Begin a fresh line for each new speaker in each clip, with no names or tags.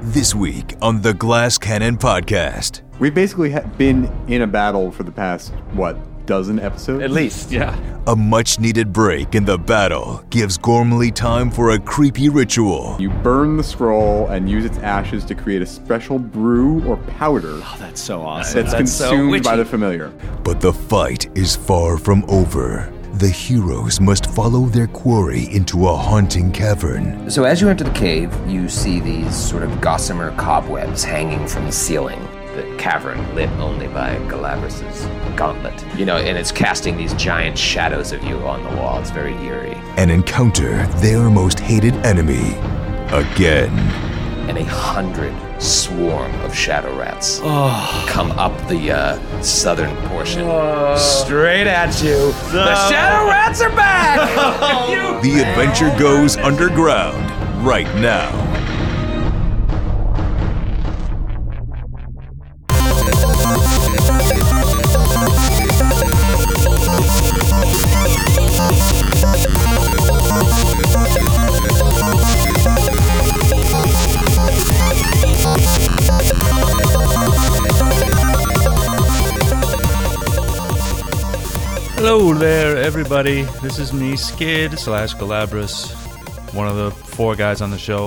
This week on the Glass Cannon Podcast.
We've basically ha- been in a battle for the past, what, dozen episodes?
At least, yeah.
A much needed break in the battle gives Gormley time for a creepy ritual.
You burn the scroll and use its ashes to create a special brew or powder
That's so awesome.
that's, consumed by the familiar.
But the fight is far from over. The heroes must follow their quarry into a haunting cavern.
So as you enter the cave, you see these sort of gossamer cobwebs hanging from the ceiling. The cavern lit only by Galabras' gauntlet. You know, and it's casting these giant shadows of you on the wall. It's very eerie.
An encounter their most hated enemy. Again.
And a hundred swarm of shadow rats come up the uh, southern portion. Straight at you. The shadow rats are back!
The adventure goes underground right now.
Hello there, everybody. This is me, Skid slash Galabras, one of the four guys on the show.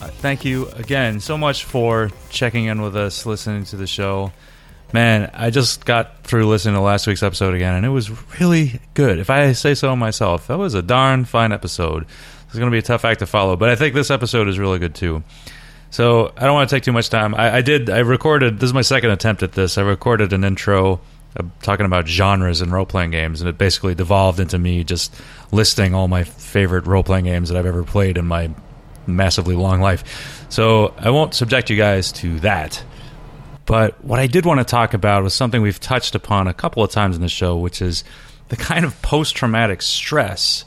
Uh, thank you again so much for checking in with us, listening to the show. Man, I just got through listening to last week's episode again, and it was really good. If I say so myself, that was a darn fine episode. It's going to be a tough act to follow, but I think this episode is really good too. So I don't want to take too much time. I, I did. I recorded. This is my second attempt at this. I recorded an intro uh, talking about genres in role playing games, and it basically devolved into me just listing all my favorite role playing games that I've ever played in my massively long life. So I won't subject you guys to that. But what I did want to talk about was something we've touched upon a couple of times in the show, which is the kind of post traumatic stress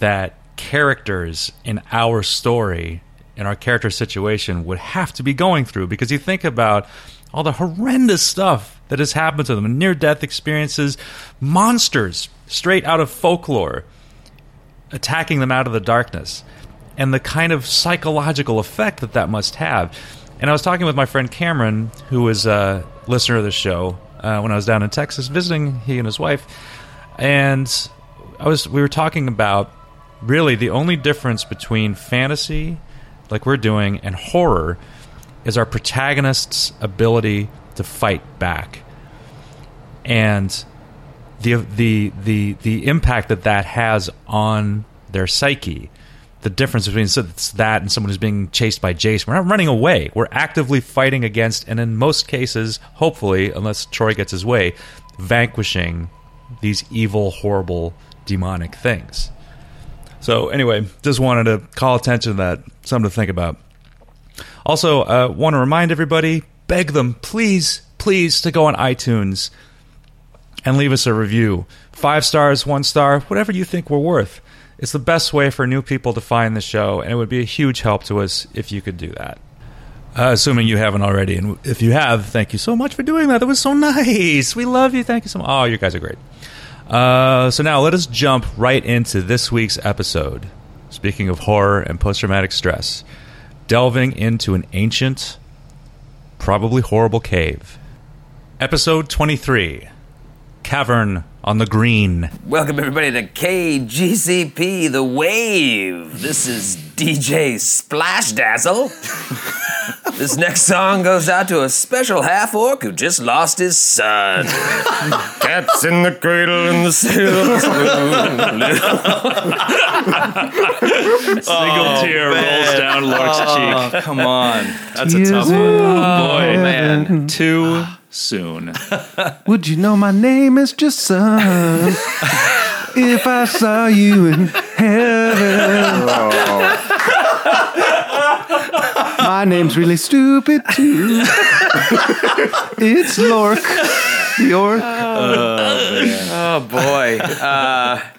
that characters in our story in our character situation would have to be going through because you think about all the horrendous stuff that has happened to them near death experiences monsters straight out of folklore attacking them out of the darkness and the kind of psychological effect that that must have. And I was talking with my friend Cameron, who is a listener of the show, uh, when I was down in Texas visiting he and his wife, and I was we were talking about really the only difference between fantasy, like we're doing, and horror is our protagonist's ability to fight back. And the the the the impact that that has on their psyche. The difference between so it's that and someone who's being chased by Jace. We're not running away. We're actively fighting against, and in most cases, hopefully, unless Troy gets his way, vanquishing these evil, horrible, demonic things. So, anyway, just wanted to call attention to that. Something to think about. Also, uh, want to remind everybody, beg them, please, please, to go on iTunes and leave us a review. Five stars, one star, whatever you think we're worth. It's the best way for new people to find the show, and it would be a huge help to us if you could do that. Uh, assuming you haven't already, and if you have, thank you so much for doing that. That was so nice. We love you. Thank you so much. Oh, you guys are great. Uh, so now let us jump right into this week's episode. Speaking of horror and post-traumatic stress, delving into an ancient, probably horrible cave. Episode twenty-three cavern on the green.
Welcome everybody to KGCP The Wave. This is DJ Splash Dazzle. this next song goes out to a special half orc who just lost his son. Cats in the cradle in the sailor's
Single tear rolls down Lork's cheek.
Come on.
That's a tough one. boy,
Mm-hmm.
man. Too
Ah.
soon.
Would you know my name is just son? if I saw you in heaven. My name's really stupid too. it's Lork. Your
Oh, boy.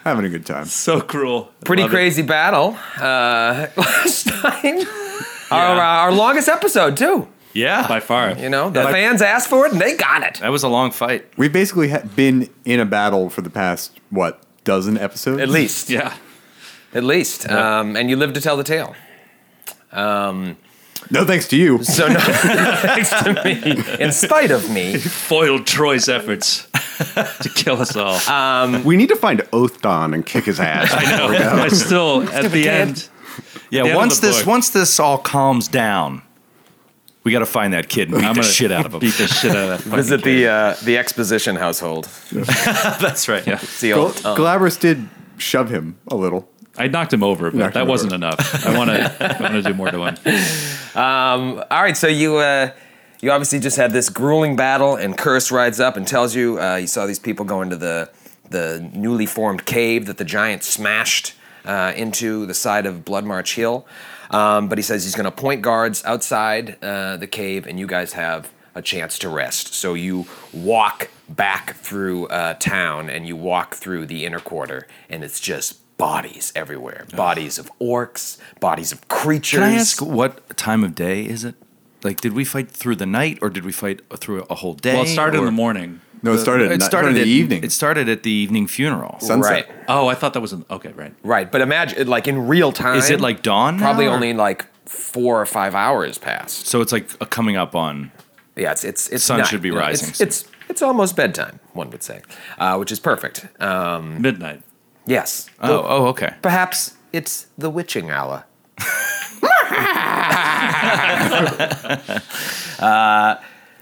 Having a good time.
So cruel.
Pretty crazy battle uh, last night. Our, uh, our longest episode, too.
Yeah. By far.
You know, the
That-
fans asked for it and they got it.
That was a long fight.
We've basically ha- been in a battle for the past, what, dozen episodes?
At least.
Yeah.
At least. Um, and you live to tell the tale. Um,
No thanks to you.
So no, thanks to me, in spite of me,
Foiled Troy's efforts to kill us all.
Ah.
We need to find Oathdon and kick his ass.
I know. I still at the end.
Yeah,
The end of
once
the
this
book.
once this all calms down, we got to find that kid and beat
I'm
the
gonna
shit out of him.
Beat the shit out of that. fucking
Visit
kid.
the uh, the exposition household.
That's right. Yeah.
See
Gal-
old, oh.
Galabras did shove him a little.
I knocked him over, but
Knocked
that
him
wasn't enough. I want to. I want to do more to him.
All right,
So you, uh, you obviously just had this grueling battle, and Curse rides up and tells you uh, you saw these people go into the the newly formed cave that the giant smashed uh, into the side of Blood March Hill. Um, but he says he's going to point guards outside uh, the cave, and you guys have a chance to rest. So you walk back through uh, town, and you walk through the inner quarter, and it's just bodies everywhere. Bodies of orcs, bodies of creatures.
Can I ask what time of day is it? Like, did we fight through the night or did we fight through a whole day?
Well, it started in
or-
the morning.
No, it started.
It
ni-
started
in the
at-
evening.
It started at the evening funeral.
sunset.
Right.
Oh, I thought that was in, okay. Right.
Right, but imagine like in real time.
Is it like dawn? now,
probably
or-
only like four or five hours past?
So it's like a coming up on.
Yeah, it's it's it's
Sun
night.
should be
You know,
rising
It's
soon.
it's, it's almost bedtime, one would say, uh, which is perfect. Um,
Midnight.
yes,
Oh, oh, okay.
perhaps it's the witching hour.
It's
Uh,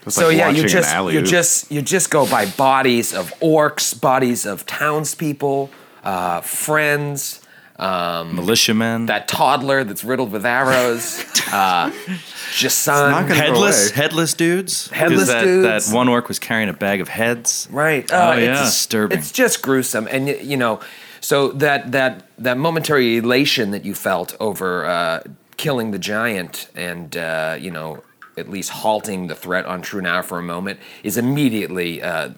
So
like
yeah, you
watching an
just you
alley-oop.
just you just go by bodies of orcs, bodies of townspeople, uh, friends.
Militiamen.
That toddler that's riddled with arrows, uh, Jason.
not gonna-
headless,
away.
headless dudes. 'Cause
Headless
that,
dudes.
That one orc was carrying a bag of heads.
Right. Uh,
Oh,
it's-
yeah.
Disturbing.
It's just gruesome, and y- you know, so that that that momentary elation that you felt over uh, killing the giant, and uh, you know, at least halting the threat on Trunar for a moment, is immediately uh,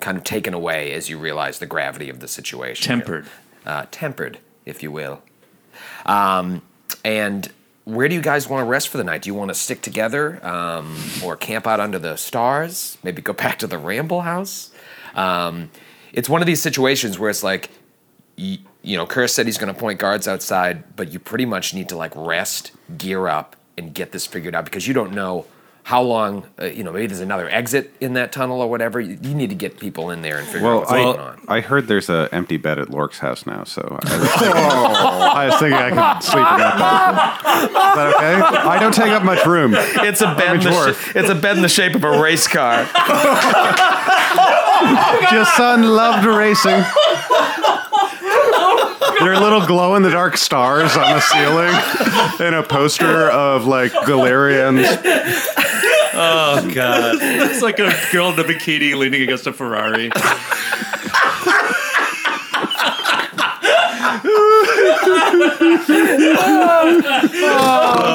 kind of taken away as you realize the gravity of the situation.
Tempered.
uh, tempered, if you will. Um, and where do you guys want to rest for the night? Do you want to stick together um, or camp out under the stars? Maybe go back to the Ramble House? Um, it's one of these situations where it's like, y- you know, Kerr said he's going to point guards outside, but you pretty much need to like rest, gear up, and get this figured out because you don't know how long, uh, you know, maybe there's another exit in that tunnel or whatever. You, you need to get people in there and figure out
Well,
what's going
I,
on.
I heard there's an empty bed at Lork's house now, so I was thinking, I, was thinking I could sleep in that bed. Is that okay? I don't take up much room.
it's a bed. In the sh- it's a bed in the shape of a race car.
Your son loved racing. There are little glow in the dark stars on the ceiling and a poster of like Galarians.
It's like a girl in a bikini leaning against a Ferrari.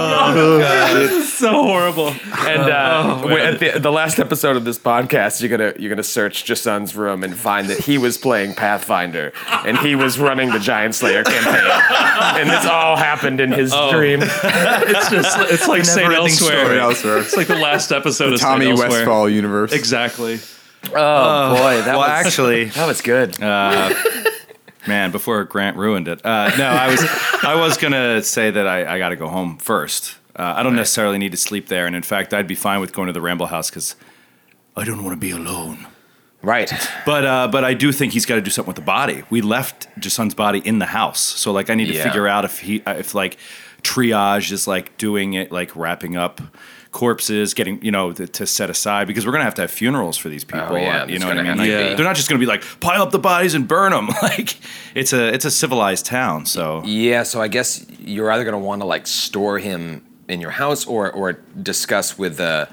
It's so horrible.
And uh, we- at the, the last episode of this podcast, you're gonna you're gonna search Jasun's room and find that he was playing Pathfinder and he was running the Giant Slayer campaign, and this all happened in his
Oh,
dream.
It's just it's like St.
Never-ending
Elsewhere.
Right elsewhere.
It's like the last episode of St.
Tommy
Elsewhere.
Westfall universe.
Exactly.
Boy, that
Well,
was
actually,
that was good.
Man, before Grant ruined it. Uh, no, I was I was gonna say that I, I got to go home first. Uh, I don't necessarily need to sleep there, and in fact, I'd be fine with going to the Ramble House because I don't want to be alone.
right.
But uh, but I do think he's got to do something with the body. We left Jason's body in the house, so like I need to
Yeah.
figure out if he uh, if like triage is like doing it, like wrapping up corpses, getting you know th- to set aside because we're gonna have to have funerals for these people.
Oh, yeah,
uh, you
that's
know what I
gonna
mean?
have
Like,
to
be.
They're not just gonna be like pile up the bodies and burn them. Like it's a it's a civilized town, so
Yeah, so I guess you're either going to want to like store him in your house or or discuss with the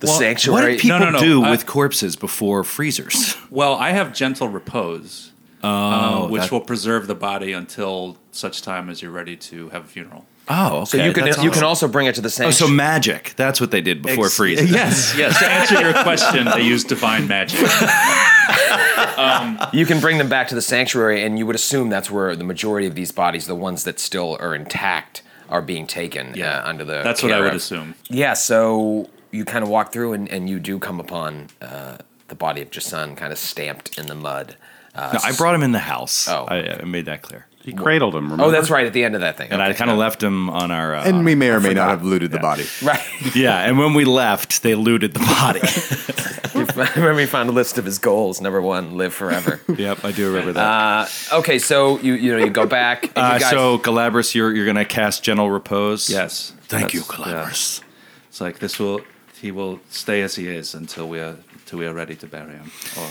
the
what
sanctuary.
do people
No, no, no.
do
I-
with corpses before freezers?
Well, I have gentle repose, um, which
Oh, that-
will preserve the body until such time as you're ready to have a funeral.
Oh, okay.
so you can
that's
you
awesome.
can also bring it to the
Oh, so
sanctuary.
magic. That's what they did before
Ex-
freezers.
Yes, yes. To answer your question, they use divine magic.
you can bring them back to the sanctuary, and you would assume that's where the majority of these bodies, the ones that still are intact, are being taken. Yeah, uh, under the
That's what I
care
would
of-
assume.
Yeah, so you kind of walk through, and, and you do come upon uh, the body of Jason, kind of stamped in the mud. Uh,
No, I brought him in the house.
Oh.
I, I made that clear.
He cradled him. Remember?
Oh, that's right. At the end of that thing.
and I
Okay.
kind of left him on our. Uh,
And we may or may not have looted the body.
right.
yeah, and when we left, they looted the body.
I remember he found a list of his goals. Number one, live forever.
yep, I do remember that.
okay, so you you know you go back. And you
Uh,
guys,
so Galabras, you're you're gonna cast Gentle Repose.
Yes.
Thank you,
Calabras.
Galabras.
It's like this will he will stay as he is until we are until we are ready to bury him or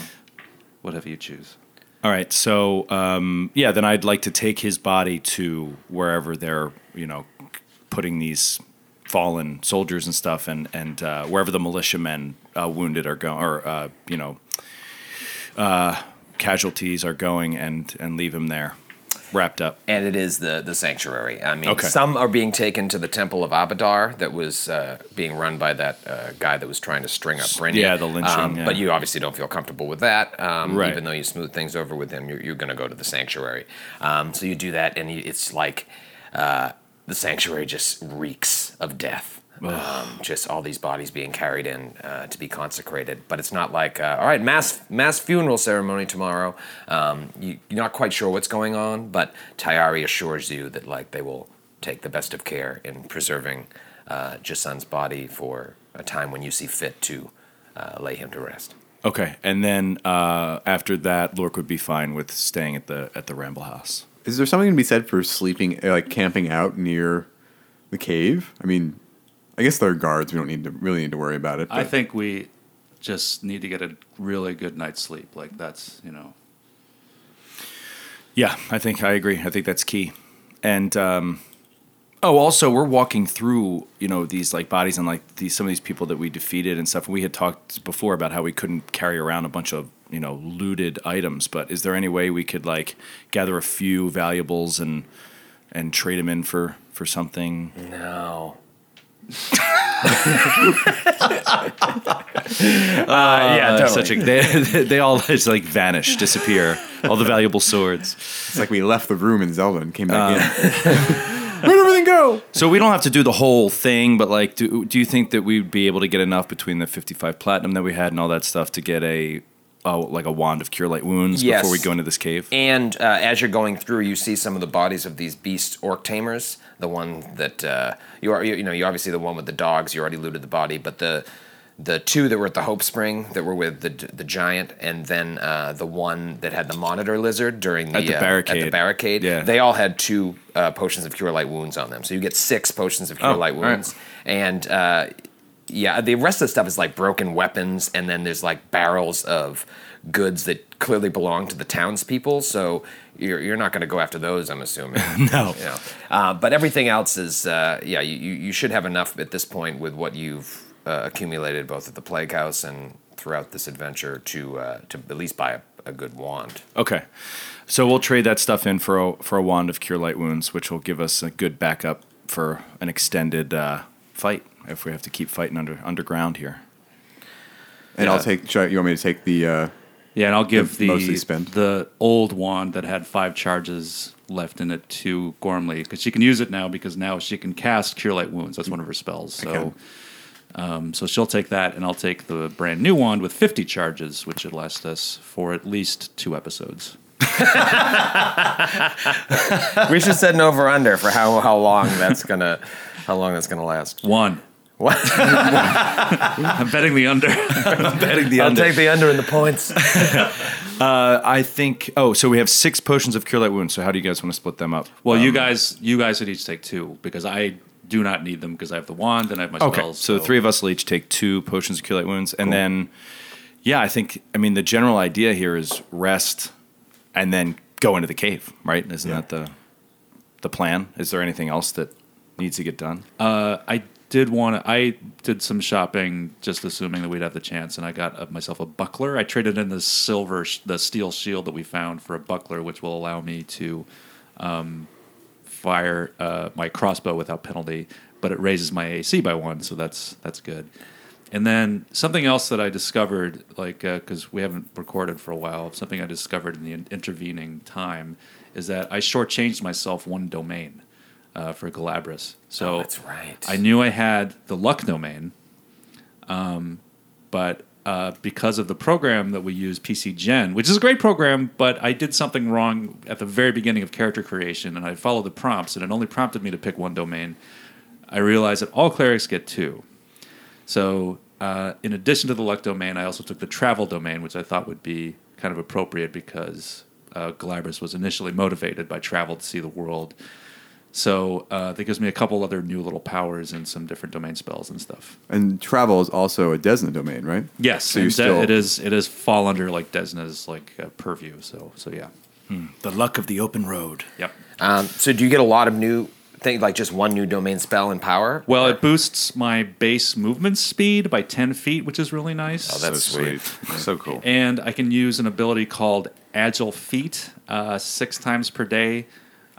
whatever you choose.
All right, so um, yeah, then I'd like to take his body to wherever they're you know putting these fallen soldiers and stuff, and and uh, wherever the militiamen uh, wounded are going, or uh, you know, uh, casualties are going, and and leave him there, wrapped up.
and it is the the sanctuary. I mean,
Okay.
some are being taken to the temple of Abadar that was uh, being run by that uh, guy that was trying to string up Brynny.
yeah, the lynching,
Um, But
yeah.
you obviously don't feel comfortable with that, um,
Right.
Even though you smooth things over with him, you're, you're going to go to the sanctuary. Um, so you do that, and you, it's like uh, the sanctuary just reeks of death. Um, just all these bodies being carried in uh, to be consecrated, but it's not like uh, all right, mass mass funeral ceremony tomorrow. Um, you, you're not quite sure what's going on, but Tayari assures you that like they will take the best of care in preserving uh, Jasun's body for a time when you see fit to uh, lay him to rest.
Okay, and then uh, after that, Lork would be fine with staying at the at the Ramble House.
Is there something to be said for sleeping, uh, like camping out near the cave? I mean, I guess there are guards. We don't need to really need to worry about it.
I
but-
think we just need to get a really good night's sleep. Like that's you know
Yeah, I think I agree. I think that's key. And um, oh, also we're walking through you know these like bodies and like these some of these people that we defeated and stuff. We had talked before about how we couldn't carry around a bunch of you know looted items, but is there any way we could like gather a few valuables and and trade them in for for something?
No.
yeah, Uh, such a, they they all just like vanish, disappear. all the valuable swords.
It's like we left the room in Zelda and came
Uh,
back in.
So we don't have to do the whole thing, but like, do do you think that we'd be able to get enough between the fifty-five platinum that we had and all that stuff to get a, oh, like a wand of cure light wounds
Yes.
before we go into this cave?
And uh, as you're going through, you see some of the bodies of these beast orc tamers. The one that uh, you are, you, you know, you obviously the one with the dogs. You already looted the body, but the the two that were at the Hope Spring that were with the the giant, and then uh, the one that had the monitor lizard during the,
At the
uh, At the
barricade.
barricade,
Yeah.
They all had two uh, potions of cure light wounds on them, so you get six potions of cure
Oh,
light
all right.
wounds, and. Uh, yeah, the rest of the stuff is like broken weapons, and then there's like barrels of goods that clearly belong to the townspeople. So you're, you're not going to go after those, I'm assuming.
No.
Yeah. Uh, but everything else is, uh, yeah, you, you you should have enough at this point with what you've uh, accumulated both at the Plague House and throughout this adventure to uh, to at least buy a, a good wand.
Okay, so we'll trade that stuff in for a, for a wand of cure light wounds, which will give us a good backup for an extended uh, fight if we have to keep fighting under underground here.
And I'll take. should I- You want me to take the? Uh,
yeah. And I'll give
It's
the
mostly spent.
the old wand that had five charges left in it to Gormley because she can use it now because now she can cast Cure Light Wounds. That's one of her spells. So. Um, so she'll take that, and I'll take the brand new wand with 50 charges, which should last us for at least two episodes.
we should set an over under for how, how long that's gonna how long that's gonna last.
One.
What?
I'm betting the under.
I'll take the under and the points.
I think. Oh, so we have six potions of cure light wounds. So how do you guys want to split them up?
Well, you guys, you guys would each take two because I do not need them because I have the wand and I have my
Okay,
spells.
so the three of us will each take two potions of cure light wounds, and then, yeah, I think I mean the general idea here is rest, and then go into the cave, right? Isn't that the the plan? Is there anything else that needs to get done?
I did want to. I did some shopping, just assuming that we'd have the chance, and I got uh, myself a buckler. I traded in the silver, sh- the steel shield that we found for a buckler, which will allow me to um, fire uh, my crossbow without penalty, but it raises my AC by one, so that's that's good. And then something else that I discovered, like because we haven't recorded for a while, something I discovered in the in- intervening time is that I shortchanged myself one domain uh, for Galabras. So
that's right.
I knew I had the luck domain, um, but uh, because of the program that we use, PC Gen, which is a great program, but I did something wrong at the very beginning of character creation, and I followed the prompts, and it only prompted me to pick one domain. I realized that all clerics get two. So, uh, in addition to the luck domain, I also took the travel domain, which I thought would be kind of appropriate because uh, Galabras was initially motivated by travel to see the world. So uh, that gives me a couple other new little powers and some different domain spells and stuff.
And travel is also a Desna domain, right?
Yes,
So you
and De-
still
it is. It is fall under like Desna's like uh, purview. So so yeah.
Hmm, The luck of the open road.
Yep.
Um, so do you get a lot of new things, like just one new domain spell and power?
Well, it boosts my base movement speed by ten feet, which is really
Oh,
nice.
sweet. So cool.
and I can use an ability called Agile Feet uh, six times per day.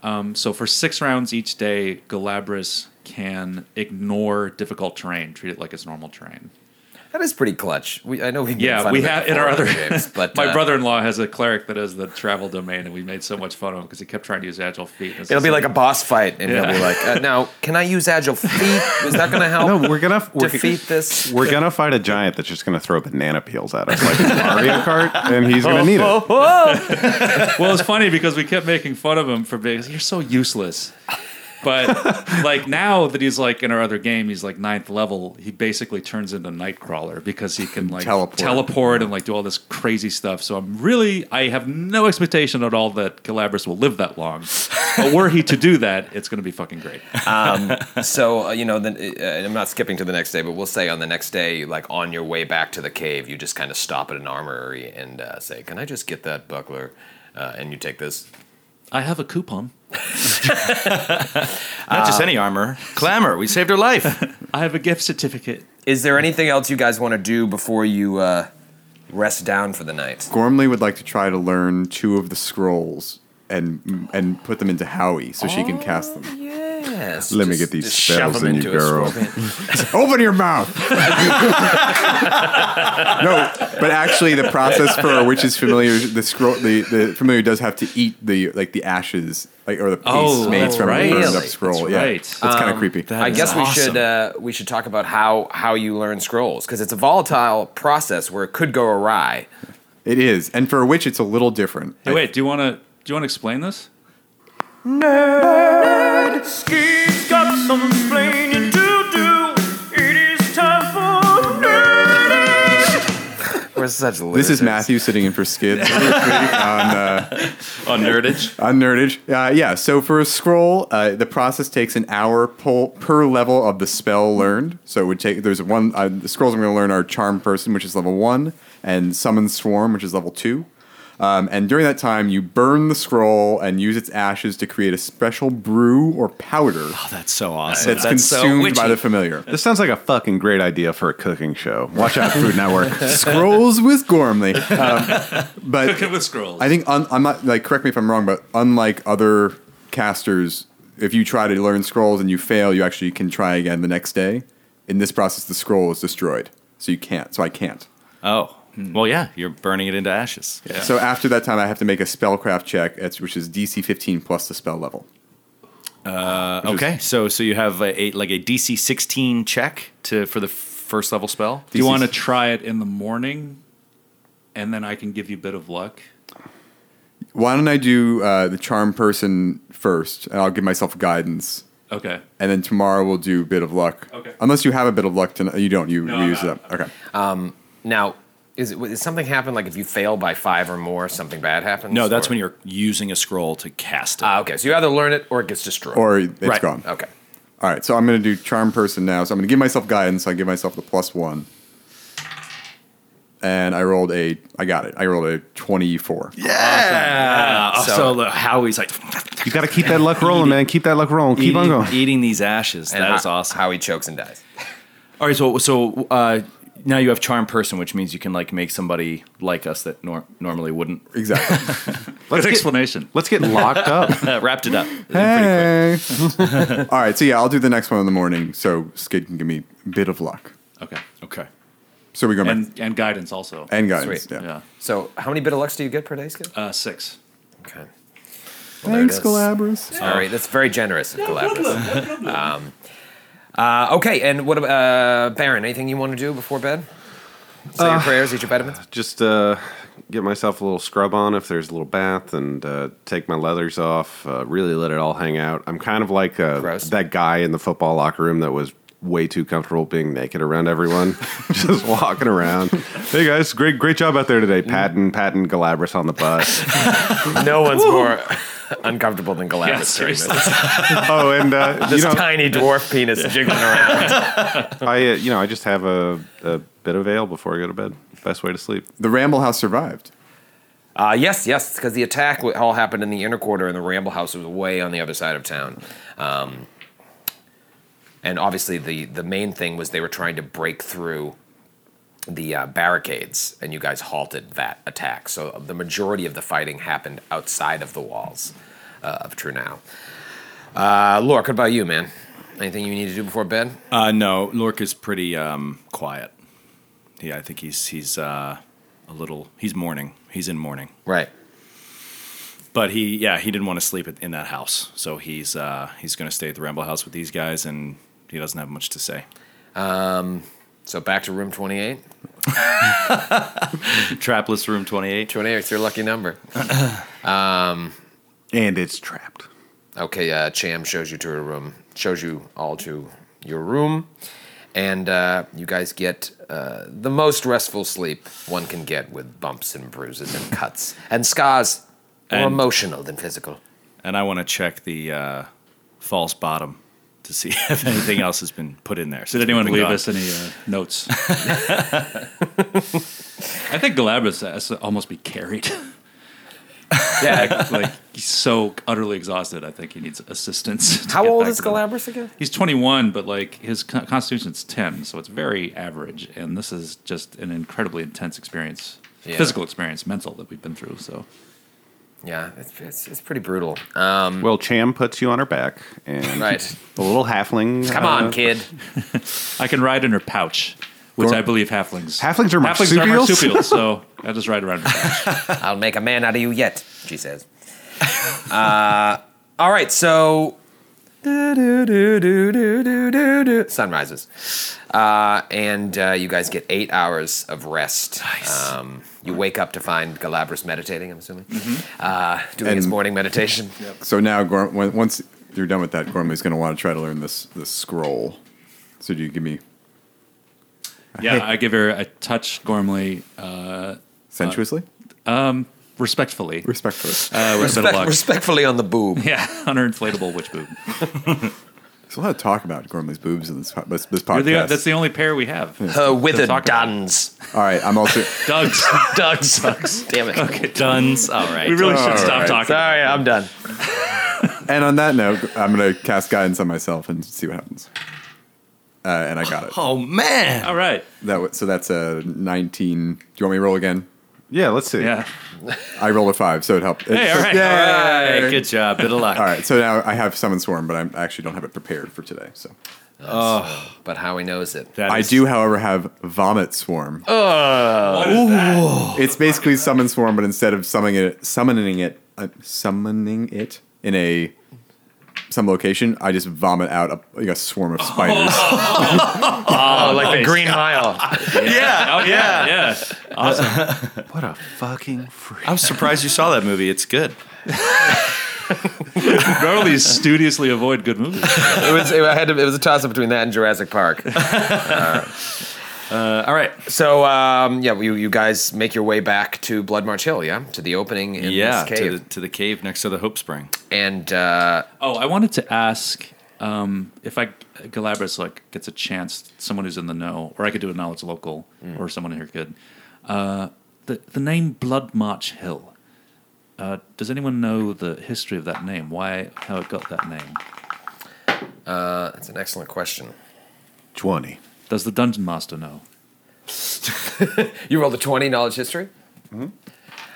Um, so for six rounds each day, Galabras can ignore difficult terrain, treat it like it's normal terrain.
That is pretty clutch. We, I know we.
Yeah, we have in our other
games, but
my
uh,
brother-in-law has a cleric that has the travel domain, and we made so much fun of him because he kept trying to use agile feet. It's
It'll
just
be like a boss fight, and he'll be like, uh, "Now, can I use agile feet? Is that going to help
No, we're gonna we're,
defeat this?"
we're gonna fight a giant that's just gonna throw banana peels at us like in Mario Kart, and he's gonna need it.
well, it's funny because we kept making fun of him for being you're so useless. But like now that he's like in our other game, he's like ninth level. He basically turns into Nightcrawler because he can like
Teleport.
teleport and like do all this crazy stuff. So I'm really I have no expectation at all that Calabras will live that long. But were he to do that, it's going to be fucking great.
So uh, you know, then uh, I'm not skipping to the next day, but we'll say on the next day, like on your way back to the cave, you just kind of stop at an armory and uh, say, "Can I just get that buckler?" Uh, and you take this.
I have a coupon.
Not
Uh,
just any armor. Clamor. We saved her life.
I have a gift certificate.
Is there anything else you guys want to do before you uh, rest down for the night?
Gormley would like to try to learn two of the scrolls and and put them into Howie so she can cast them.
Yes.
Let me
just-
get these
just shove
spells
them
in
into
you,
a
girl.
scorpion.
Open your mouth. no, but actually, the process for a witch's familiar, the scroll, the, the familiar does have to eat the like the ashes, like or the paste
Oh,
made
that's
from
right.
a burned up
Really?
scroll.
That's
yeah,
right. Um,
it's kind of creepy.
I
is
guess we should
awesome.
uh, we should talk about how how you learn scrolls because it's a volatile process where it could go awry.
It is, and for a witch, it's a little different.
Hey, wait, do you want to do you want to explain this?
We're such
This is
lunatics.
Matthew sitting in for Skid.
On nerdage.
um, uh, on nerdage. Uh, yeah, so for a scroll, uh, the process takes an hour po- per level of the spell learned. So it would take, there's one, uh, the scrolls I'm going to learn are Charm Person, which is level one, and Summon Swarm, which is level two. Um, and during that time, you burn the scroll and use its ashes to create a special brew or powder
Oh, That's so awesome.
that's,
so
consumed by
witchy.
the familiar.
This sounds like a fucking great idea for a cooking show. Watch out, Food Network.
Scrolls with Gormley. Um, but
Cook it with scrolls.
I think un, I'm not like correct me if I'm wrong, but unlike other casters, if you try to learn scrolls and you fail, you actually can try again the next day. In this process, the scroll is destroyed, so you can't. So I can't.
Oh.
Hmm.
Well, yeah. You're burning it into ashes.
So after that time, I have to make a spellcraft check, it's- which is DC 15 plus the spell level.
Uh, Okay, so so you have a, a like a DC 16 check to for the first level spell.
Do you want to try it in the morning, and then I can give you a bit of luck?
Why don't I do uh, the charm person first, and I'll give myself guidance,
Okay.
and then tomorrow we'll do bit of luck.
Okay.
Unless you have a bit of luck tonight, you don't. You,
No,
you
I'm
use it
not.
up. Okay.
Now, is it, is something happen like if you fail by five or more, something bad happens?
No, that's
or-
when you're using a scroll to cast it.
Ah, okay, so you either learn it or it gets destroyed.
Or it's gone.
Okay.
All right, so I'm going to do charm person now. So I'm going to give myself guidance. I give myself the plus one, and I rolled a. I got it. I rolled a twenty-four. Yeah.
yeah.
so-
so look, Howie's like
You gotta keep that luck rolling, man. Keep that luck rolling. Keep on
eating,
going.
eating these ashes. That is
ho-
awesome.
How he chokes and dies.
All right, so so uh, now you have charm person, which means you can like make somebody like us that nor- normally wouldn't.
Exactly.
Let's
Good
get,
explanation.
let's get locked up.
Uh, wrapped it up.
hey.
All right, so yeah, I'll do the next one in the morning. So Skid can give me a bit of luck.
Okay.
Okay.
So we go back
And and guidance also.
and guidance.
Sweet.
Yeah.
yeah.
So, how many bit of lux do you get per day, Skip?
Uh, six.
Okay. Well, there it
Thanks,
is.
Galabras.
All right, that's very generous of Galactus. um, uh, okay, and what about uh, Baron? Anything you want to do before bed?
Say your prayers, eat your vitamins.
Just uh, get myself a little scrub on if there's a little bath, and uh, take my leathers off. Uh, really let it all hang out. I'm kind of like uh,
Gross.
that guy in the football locker room that was way too comfortable being naked around everyone, just walking around. Hey guys, great great job out there today, Patton Patton Galabras on the bus.
No one's more uncomfortable than Galactus. during this.
oh, and uh, you
This
know,
tiny dwarf penis jiggling around.
I uh, you know I just have a, a bit of ale before I go to bed. Best way to sleep.
The Ramble House survived.
Uh, yes, yes, because the attack w- all happened in the inner quarter, and the Ramble House was way on the other side of town. Um, and obviously, the the main thing was they were trying to break through the uh, barricades, and you guys halted that attack. So uh, the majority of the fighting happened outside of the walls uh, of Trunau. Uh, Lork, what about you, man? Anything you need to do before bed?
Uh, no, Lork is pretty um, quiet. Yeah, I think he's he's uh, a little. He's mourning. He's in mourning.
Right.
But he, yeah, he didn't want to sleep at- in that house, so he's uh, he's going to stay at the Ramble House with these guys, and he doesn't have much to say.
So back to room 28.
Trapless room twenty eight.
28 is your lucky number.
And it's trapped.
Okay, uh, Cham shows you to her room, shows you all to your room, and uh, you guys get uh, the most restful sleep one can get with bumps and bruises and cuts and scars, more
And-
emotional than physical.
And I want to check the uh, false bottom to see if anything else has been put in there.
Did
Oh
anyone leave us any uh, notes? I think Galabras has to almost be carried.
Yeah.
Like he's so utterly exhausted. I think he needs assistance. to
How
get
old
back
is
to the-
Galabras again?
He's 21, but like his con- constitution's 10, so it's very average. And this is just an incredibly intense experience,
Yeah.
physical experience, mental that we've been through. So
Yeah, it's, it's, it's pretty brutal. Um,
Well, Cham puts you on her back, and
Right.
the little halfling.
come
uh,
on, kid.
I can ride in her pouch, which
Gor-
I believe halflings.
Halflings are
Halflings
marsupials?
marsupials, so I just ride around. Her pouch.
I'll make a man out of you yet, she says. uh, all right, so. Do-do-do-do-do-do-do-do. Sun rises. Uh, and uh, you guys get eight hours of rest. Nice. Um, you wake up to find Galabras meditating, I'm assuming, uh, doing his
And-
morning meditation.
So now, Gorm, when, once you're done with that, Gormley's going to want to try to learn this this scroll. So do you give me
yeah, I give her a touch, Gormley, uh,
sensuously,
respectfully.
respectfully?
Uh, with a bit of luck.
respectfully on the boob.
yeah, on her inflatable witch boob.
There's a lot of talk about Gormley's boobs in this po- this, this
You're
podcast.
the, that's the only pair we have.
Her withered
talk about.
duns.
All right, I'm also
Doug's.
Dugs. Damn it.
Duns. All right.
We really should
All
stop
right.
talking.
Sorry, I'm done.
and on that note, I'm going to cast guidance on myself and see what happens. Uh, and I got it.
oh man.
All right.
That wa- so that's a 19. Do you want me to roll again?
Yeah, let's see.
Yeah.
I rolled a five, so it helped.
Hey, all right.
All right, good job. Bit of luck.
All right, so now I have summon swarm, but I'm- I actually don't have it prepared for today. So
But Howie knows it.
That
I
is-
do, however, have vomit swarm. Oh, it's basically summon swarm, but instead of summoning it, summoning it, uh, summoning it in a some location, I just vomit out a, like a swarm of spiders.
Oh, like the Green Mile.
Oh, yeah. Yeah.
What a fucking freak.
I'm surprised you saw that movie. It's good.
Normally studiously avoid good movies.
it was. It, I had to, it was a toss up between that and Jurassic Park.
Uh, all right.
So um, yeah, you, you guys make your way back to Blood March Hill, yeah, to the opening in
yeah,
this
to
cave,
the to the cave next to the Hope Spring.
and uh,
Oh, I wanted to ask um, if I Galabras like gets a chance, someone who's in the know, or I could do a knowledge local, or someone here could. Uh, the the name Blood March Hill. Uh, does anyone know the history of that name? Why, how it got that name?
that's an excellent question.
20.
Does the dungeon master know?
You rolled a twenty knowledge history.
No,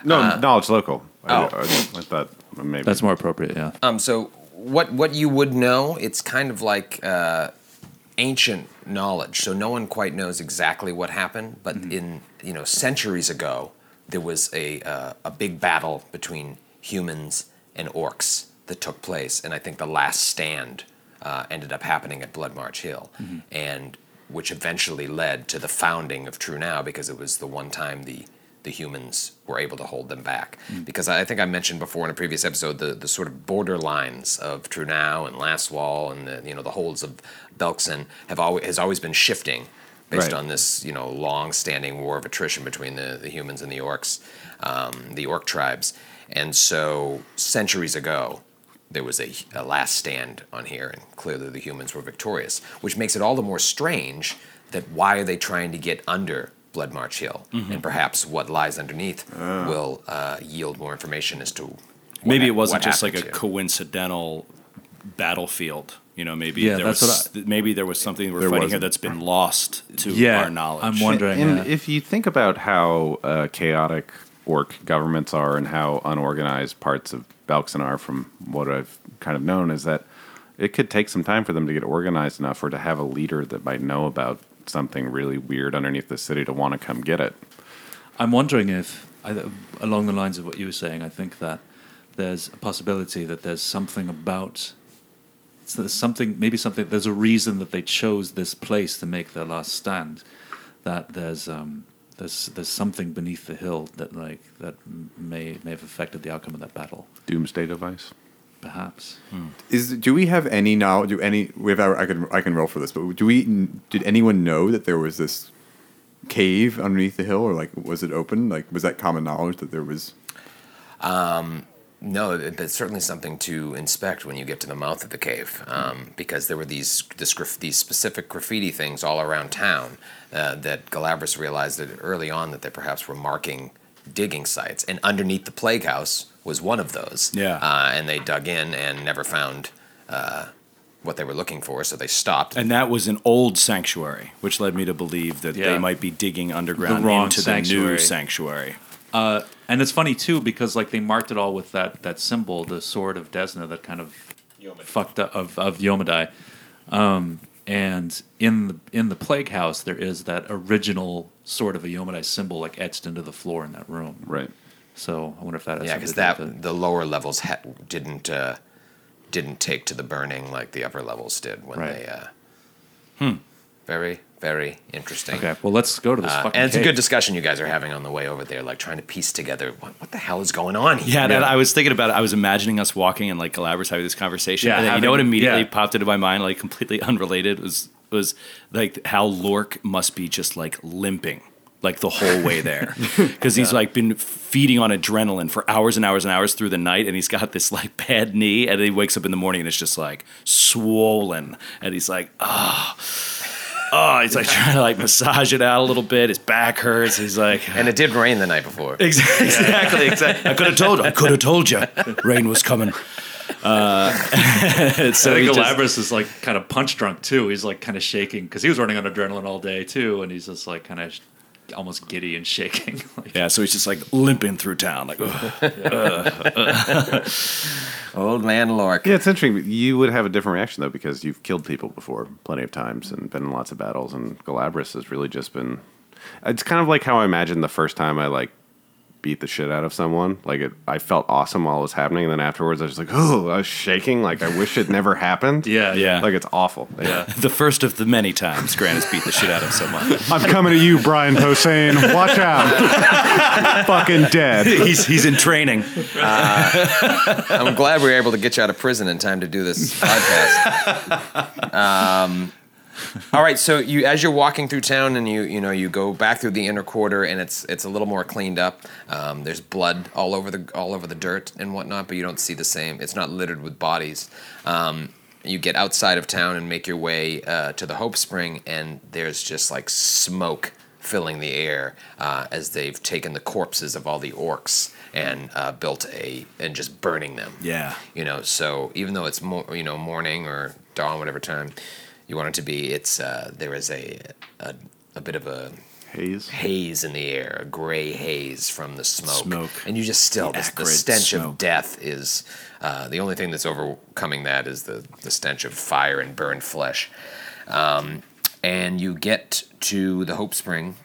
knowledge local. I,
Uh, Oh.
I, I thought maybe.
That's more appropriate. Yeah.
Um, so what what you would know? It's kind of like uh, ancient knowledge, so no one quite knows exactly what happened. But in you know centuries ago, there was a uh, a big battle between humans and orcs that took place, and I think the last stand uh, ended up happening at Blood March Hill, and which eventually led to the founding of True Now because it was the one time the the humans were able to hold them back. Because I think I mentioned before in a previous episode the, the sort of borderlines of True Now and Last Wall and the you know the holds of Belkson have always has always been shifting based
Right.
on this you know long standing war of attrition between the, the humans and the orcs, um, the orc tribes. And so centuries ago, there was a, a last stand on here, and clearly the humans were victorious, which makes it all the more strange that why are they trying to get under Blood March Hill?
Mm-hmm.
And perhaps what lies underneath will uh, yield more information as to. what
Ah. Maybe
hap-
it wasn't
what
just like
happened
a
here.
coincidental battlefield. You know, maybe
Yeah,
there
that's
was maybe there was something we're fighting here
wasn't.
that's been lost to
Yeah,
our knowledge.
I'm wondering.
And
uh,
if you think about how uh, chaotic orc governments are and how unorganized parts of Belkson are, from what I've kind of known, is that it could take some time for them to get organized enough or to have a leader that might know about something really weird underneath the city to want to come get it.
I'm wondering if, I- along the lines of what you were saying, I think that there's a possibility that there's something about. so There's something, maybe something. There's a reason that they chose this place to make their last stand. That there's um, there's there's something beneath the hill that like that m- may may have affected the outcome of that battle,
Doomsday device.
perhaps.
Is do we have any knowledge? Do any we have? I can I can roll for this, but do we? Did anyone know that there was this cave underneath the hill, or like was it open? Like was that common knowledge that there was?
No, it- it's certainly something to inspect when you get to the mouth of the cave, um, because there were these this, graf- these specific graffiti things all around town uh, that Galabras realized that early on that they perhaps were marking digging sites, and underneath the plague house was one of those.
Yeah.
uh, and they dug in and never found uh, what they were looking for, so they stopped.
And that was an old sanctuary, which led me to believe that
Yeah.
they might be digging underground
The wrong
into the
sanctuary.
new sanctuary.
Uh, and it's funny too because like they marked it all with that that symbol, the sword of Desna, that kind of fucked up of of Yomadai. Um, and in the in the plague house, there is that original sort of a Yomadai symbol like etched into the floor in that room.
Right.
So I wonder if that has
yeah,
something
because
to do with
that the lower levels ha- didn't uh, didn't take to the burning like the upper levels did when
Right.
they. Uh, hmm. Very very interesting.
it. Okay, well let's go to this.
Uh,
fucking
and it's a
cave.
good discussion you guys are having on the way over there, like trying to piece together what, what the hell is going on here.
Yeah, That, I was thinking about it. I was imagining us walking and like Galabras having this conversation.
Yeah,
and then, you
having-
know what immediately
yeah.
popped into my mind, like completely unrelated, was was like how Lork must be just like limping like the whole way there because he's like been feeding on adrenaline for hours and hours and hours through the night and he's got this like bad knee and he wakes up in the morning and it's just like swollen and he's like oh he's like trying to like massage it out a little bit his back hurts he's like
And it did rain the night before.
Exactly. Exactly. exactly. I could have told. I could have told you. Rain was coming. Uh, so
I
he
think
just-
Galabras is like kind of punch drunk too. He's like kind of shaking because he was running on adrenaline all day too, and he's just like kind of almost giddy and shaking. like,
yeah. So he's just like limping through town. Like, ugh.
Old man Lork.
Yeah, it's interesting. You would have a different reaction though because you've killed people before plenty of times and been in lots of battles. And Galabras has really just been. It's kind of like how I imagined the first time I like beat the shit out of someone. Like it, I felt awesome while it was happening, and then afterwards I was just like, oh, I was shaking. Like I wish it never happened.
yeah,
yeah.
Like it's awful. Yeah.
the first of the many times Grant has beat the shit out of someone.
I'm coming to you, Brian Posehn. Watch out. Fucking dead.
he's he's in training.
I'm glad we were able to get you out of prison in time to do this podcast. um, all right, so you as you're walking through town and you you know you go back through the inner quarter and it's it's a little more cleaned up. Um, there's blood all over the all over the dirt and whatnot, but you don't see the same. It's not littered with bodies. Um, you get outside of town and make your way uh, to the Hope Spring, and there's just like smoke filling the air uh, as they've taken the corpses of all the orcs and uh, built a and just burning them
Yeah.
you know so even though it's more you know morning or dawn whatever time you want it to be it's uh, there is a, a a bit of a
Haze.
haze in the air a gray haze from the smoke,
Smoke.
and you just still the, the
acrid
stench of
smoke.
death is uh, the only thing that's overcoming that is the the stench of fire and burned flesh um, and you get to the hope spring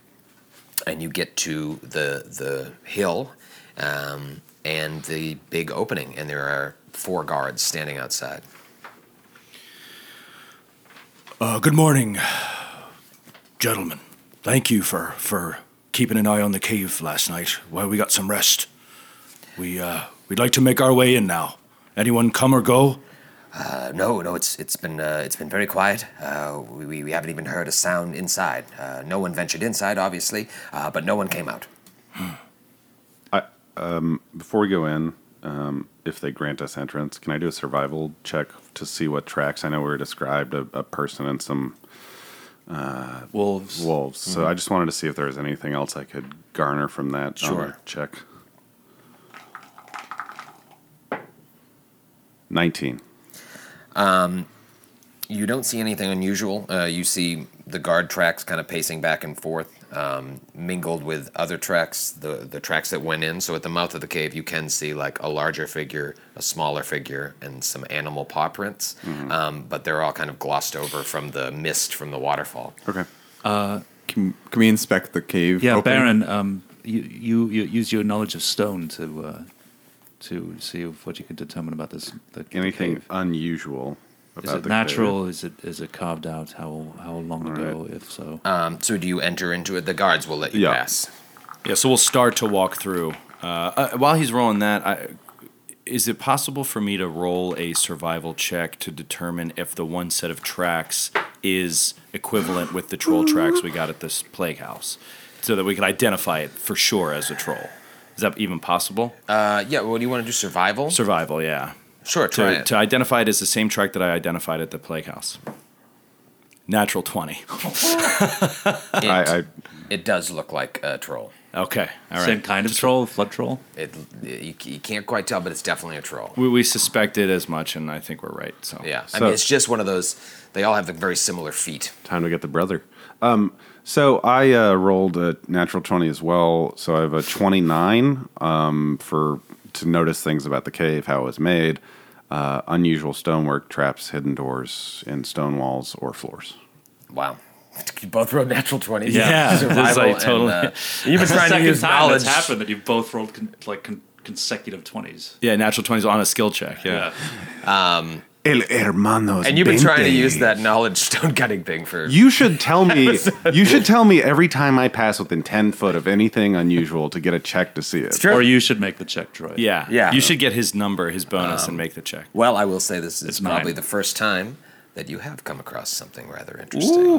and you get to the the hill um, and the big opening, and there are four guards standing outside.
Uh, good morning,
Gentlemen, thank you for, for keeping an eye on the cave last night while we got some rest. We, uh, we'd like to make our way in now. Anyone come or go?
Uh, no, no, it's it's been uh, it's been very quiet. Uh, we- we, we haven't even heard a sound inside. Uh, no one ventured inside, obviously, uh, but no one came out.
I, um, before we go in, um, if they grant us entrance, can I do a survival check to see what tracks? I know we were described a, a person and some uh,
wolves.
Wolves. So
Mhm.
I just wanted to see if there was anything else I could garner from that. on
Sure.
the check. Nineteen.
Um, you don't see anything unusual. Uh, you see the guard tracks kind of pacing back and forth, um, mingled with other tracks, the, the tracks that went in. So at the mouth of the cave, you can see like a larger figure, a smaller figure, and some animal paw prints.
Mm-hmm.
Mhm.
Um, but they're all kind of glossed over from the mist from the waterfall.
Okay.
Uh,
can, can we inspect the cave?
Yeah,
opening?
Baron, um, you, you you use your knowledge of stone to uh, to see if- what you can determine about this. The, the
Anything
cave.
unusual? About
Is it
the
natural?
cave?
Is it is it carved out? How how long
All
ago? If so,
Um, so do you enter into it? The guards will let you
Yeah.
pass.
Yeah, so we'll start to walk through. Uh, uh, while he's rolling that, I, is it possible for me to roll a survival check to determine if the one set of tracks is equivalent with the troll tracks we got at this plague house, so that we can identify it for sure as a troll? Is that even possible?
Uh, yeah. Well, do you want to do survival?
Survival, yeah.
Sure,
To-
try it.
to identify it as the same track that I identified at the plague house. Natural twenty.
It,
I-
it does look like a troll.
Okay, all right.
Same kind of troll, flood troll.
It, you, you can't quite tell, but it's definitely a troll.
We, we suspected as much, and I think we're right. So
yeah, I
So-
mean, it's just one of those. They all have the very similar feet.
Time to get the brother. Um, so I uh, rolled a natural twenty as well. So I have a twenty nine um, for to notice things about the cave, how it was made, uh, unusual stonework, traps, hidden doors in stone walls or floors.
Wow. You both rolled natural 20s.
Yeah. This is
Survival
like
and,
totally-
uh,
You've been
That's the
trying to
second
use
time
knowledge.
That's happened that you both rolled con- like con- consecutive twenties.
Yeah, natural twenties on a skill check. Yeah.
Um,
El hermanos.
and you've been trying to
Bente.
use that knowledge stone cutting thing for.
You should tell me. you should tell me every time I pass within ten foot of anything unusual to get a check to see it.
Or you should make the check, Troy.
Yeah.
Yeah.
You should get his number, his bonus, and make the check.
Well, I will say this is
mine.
probably the first time that you have come across something rather interesting.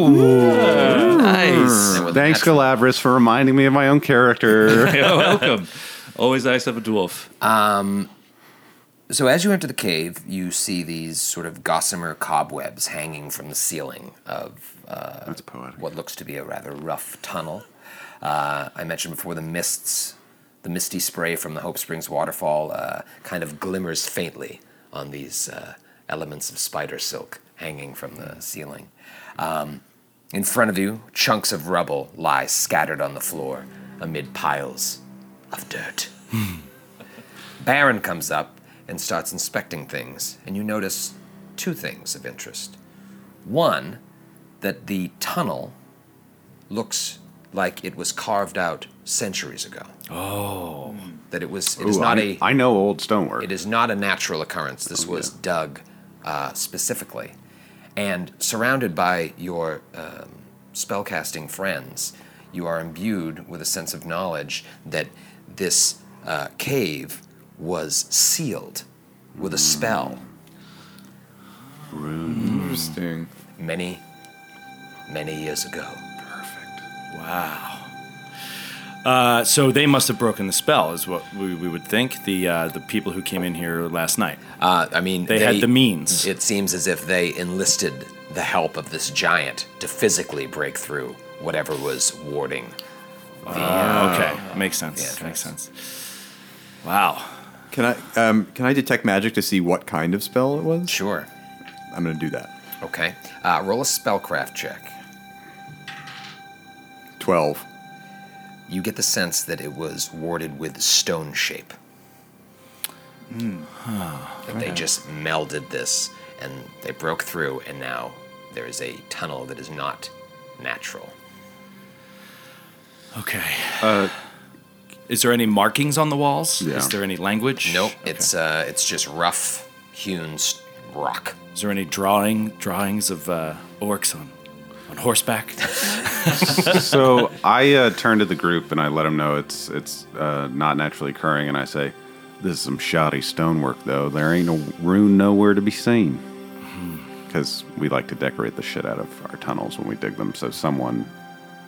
Nice.
Thanks, Galabras, for reminding me of my own character.
You're welcome. Always nice to have a dwarf.
Um, so as you enter the cave, you see these sort of gossamer cobwebs hanging from the ceiling of uh, what looks to be a rather rough tunnel. Uh, I mentioned before the mists, the misty spray from the Hope Springs waterfall uh, kind of glimmers faintly on these uh, elements of spider silk hanging from the ceiling. Um, in front of you, chunks of rubble lie scattered on the floor amid piles of dirt. Baron comes up and starts inspecting things, and you notice two things of interest. One, that the tunnel looks like it was carved out centuries ago. Oh. That it was it is
Ooh,
not
I-
a
I know old stonework.
it is not a natural occurrence. This was dug uh, specifically. And surrounded by your um, spellcasting friends, you are imbued with a sense of knowledge that this uh, cave was sealed with a spell.
Interesting.
Many, many years ago.
Wow. Uh, so they must have broken the spell, is what we, we would think. The uh, the people who came in here last night.
Uh, I mean,
They had the means.
It seems as if they enlisted the help of this giant to physically break through whatever was warding. The, uh,
Ah, okay, makes sense. makes sense. Wow.
Can I um, can I detect magic to see what kind of spell it was?
Sure.
I'm gonna do that.
Okay. Uh, roll a spellcraft check.
Twelve.
You get the sense that it was warded with stone shape.
Hmm.
That they just melded this and they broke through, and now there is a tunnel that is not natural.
Okay. Uh, is there any markings on the walls?
Yeah.
Is there any language?
Nope. It's uh, it's just rough hewn s- rock.
Is there any drawing drawings of uh, orcs on on horseback?
so I uh, turn to the group and I let them know it's it's uh, not naturally occurring, and I say, "This is some shoddy stonework, though. There ain't no rune nowhere to be seen." Because we like to decorate the shit out of our tunnels when we dig them, so someone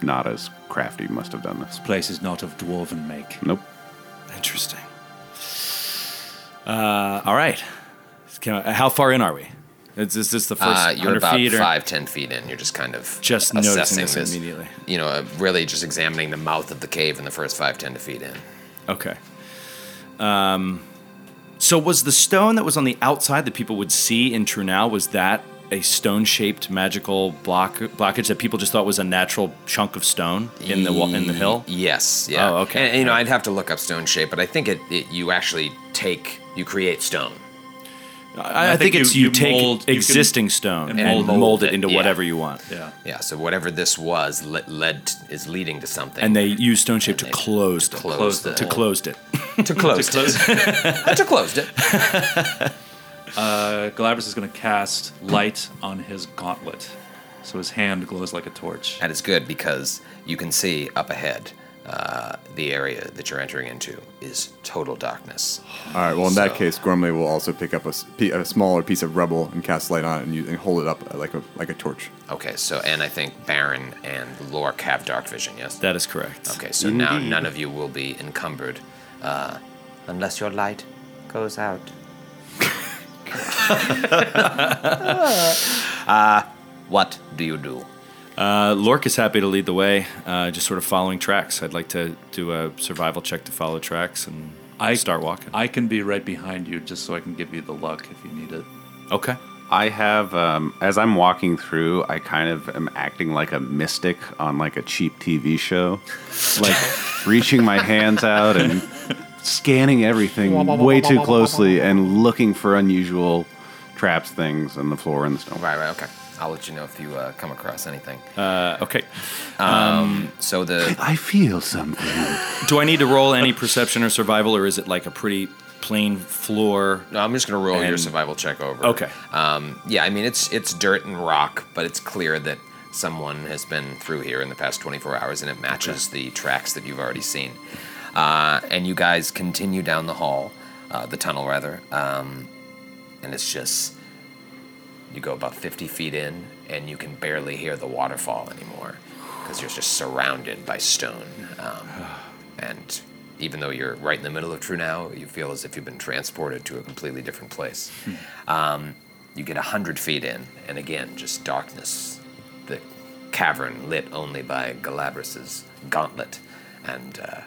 not as crafty must have done this.
This place is not of dwarven make.
Nope.
Interesting. Uh, all right. Can I- how far in are we? Is, is this the first
Uh, you're
100
about
feet? Or?
five, ten feet in. You're just kind of
Just noticing
assessing
this immediately.
You know, uh, really just examining the mouth of the cave in the first five, ten feet in.
Okay. Um, so was the stone that was on the outside that people would see in Trunal, was that a stone-shaped magical block blockage that people just thought was a natural chunk of stone in the wa- in the hill?
Yes. Yeah.
Oh, okay.
And, you know, I'd have to look up stone shape, but I think it, it you actually take you create stone.
I, I think, it's you, take existing stone and, mold, it into
yeah.
whatever you want.
Yeah.
Yeah. So whatever this was le- led t- is leading to something.
And they use stone shape to close the-
close the
to
hole.
closed it.
to close. I took closed it.
Uh, Galabras is going to cast light on his gauntlet, so his hand glows like a torch.
And it's good because you can see up ahead uh, the area that you're entering into is total darkness.
All right. Well, in that
So-
case, Gormley will also pick up a, s- pe- a smaller piece of rubble and cast light on it and, you, and hold it up uh, like a like a torch.
Okay, so and I think Baron and Lork have dark vision. Yes.
That is correct.
Okay, so now
Indeed.
none of you will be encumbered, uh, unless your light goes out. uh, what do you do?
Uh, Lork is happy to lead the way, uh, just sort of following tracks. I'd like to do a survival check to follow tracks and I start walking.
I can be right behind you just so I can give you the luck if you need it.
Okay.
I have, um, as I'm walking through, I kind of am acting like a mystic on like a cheap TV show, like reaching my hands out and scanning everything way too closely and looking for unusual traps, things, and the floor and the stone.
Right, right, okay. I'll let you know if you uh, come across anything.
Uh, okay.
Um, so the
I feel something.
Do I need to roll any perception or survival, or is it like a pretty plain floor?
No, I'm just gonna roll your
And-
survival check over.
Okay.
Um, yeah, I mean it's it's dirt and rock, but it's clear that someone has been through here in the past 24 hours, and it matches the tracks that you've already seen. Uh, and you guys continue down the hall, uh, the tunnel rather, um, and it's just you go about 50 feet in, and you can barely hear the waterfall anymore because you're just surrounded by stone. Um, and even though you're right in the middle of True Now, you feel as if you've been transported to a completely different place. Um, you get 100 feet in, and again, just darkness. The cavern lit only by Galabras's gauntlet and uh,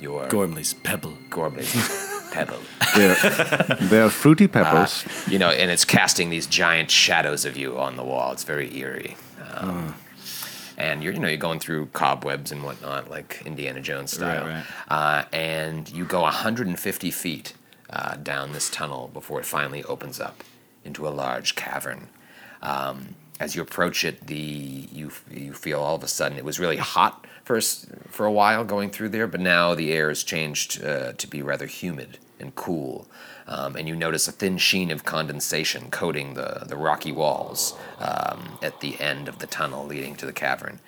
your.
Gormley's pebble.
Gormley's pebble.
They're, they're fruity pebbles.
You know, and it's casting these giant shadows of you on the wall. It's very eerie.
Hmm.
Um, And you're, you know, you're going through cobwebs and whatnot, like Indiana Jones style.
Right,
Uh, and you go 150 feet uh, down this tunnel before it finally opens up into a large cavern. Um, as you approach it, the you you feel all of a sudden it was really hot for a s for a while going through there, but now the air has changed uh, to be rather humid and cool, um, and you notice a thin sheen of condensation coating the the rocky walls um, at the end of the tunnel leading to the cavern.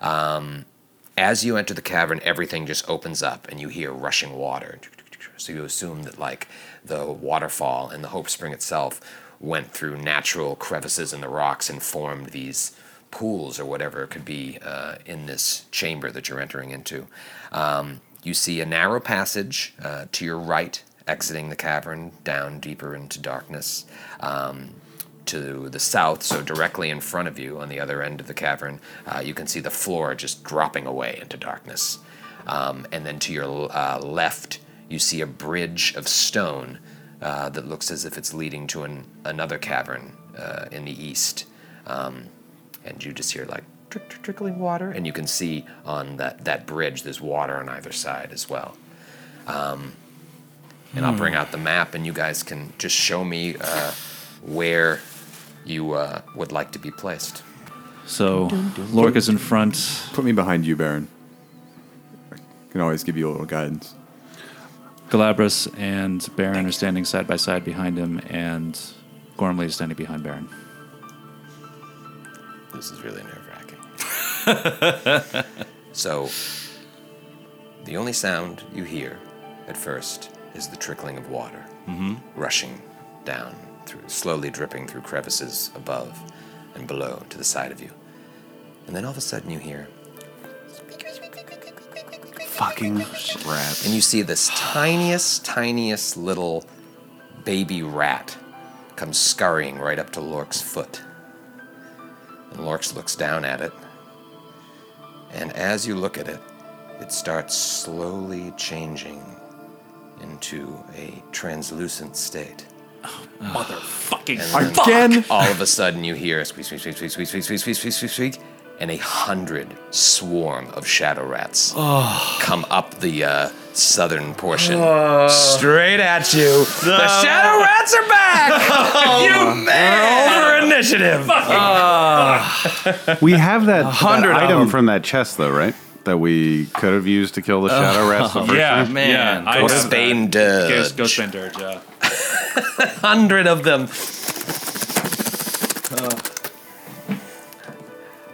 Um, as you enter the cavern, everything just opens up, and you hear rushing water. So you assume that like the waterfall and the Hope Spring itself went through natural crevices in the rocks and formed these pools or whatever could be uh, in this chamber that you're entering into. Um, you see a narrow passage uh, to your right, exiting the cavern down deeper into darkness. Um, to the south, so directly in front of you on the other end of the cavern, uh, you can see the floor just dropping away into darkness. Um, and then to your uh, left, you see a bridge of stone uh, that looks as if it's leading to an, another cavern uh, in the east. Um, and you just hear like trick, trick, trickling water, and you can see on that, that bridge there's water on either side as well. Um, and I'll bring out the map, and you guys can just show me uh, where you uh, would like to be placed.
So Lork is in front.
Put me behind you, Baron. I can always give you a little guidance.
Galabras and Baron are standing side by side behind him, and Gormley is standing behind Baron.
This is really nerve wracking. so, the only sound you hear at first is the trickling of water
Mhm.
rushing down, through, slowly dripping through crevices above and below to the side of you. And then all of a sudden you hear
fucking rats.
And you see this tiniest, tiniest little baby rat come scurrying right up to Lork's foot. And Lorx looks down at it. And as you look at it, it starts slowly changing into a translucent state.
Motherfucking
And then
Again?
All of a sudden, you hear a squeak, squeak, squeak, squeak, squeak, squeak, squeak, squeak, squeak, squeak, squeak, and a hundred swarm of shadow rats
Oh.
come up the uh, southern portion straight at you. The shadow rats are back. you man, over initiative.
we have that, that
100 of
item
them.
from that chest, though, right? That we could have used to kill the shadow rats. The first time?
Go Spain Dirge.
Go, go Spain Dirge, yeah.
hundred of them. Oh.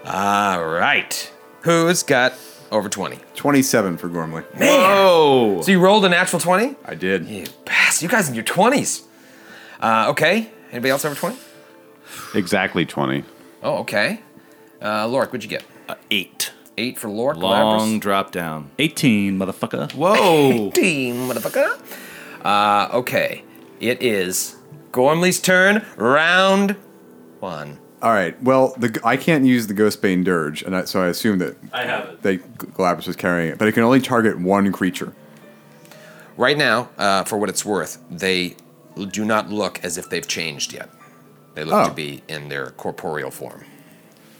All right. Who's got over 20?
27 for Gormley.
Man. Whoa. So you rolled a natural 20?
I did.
You pass. You guys in your 20s. Uh, okay. Anybody else over 20?
Exactly twenty.
Oh, okay. Uh, Lorik, what'd you get? Uh,
eight.
Eight for Lorik.
Long
Long.
drop down.
18, motherfucker.
Whoa.
18, motherfucker. Uh, okay. It is Gormley's turn, round one.
All right. Well, the, I can't use the Ghostbane Dirge, and I, so I assume that
I have it.
that Galabras was carrying it, but it can only target one creature.
Right now, uh, for what it's worth, they do not look as if they've changed yet. They look
Oh.
to be in their corporeal form.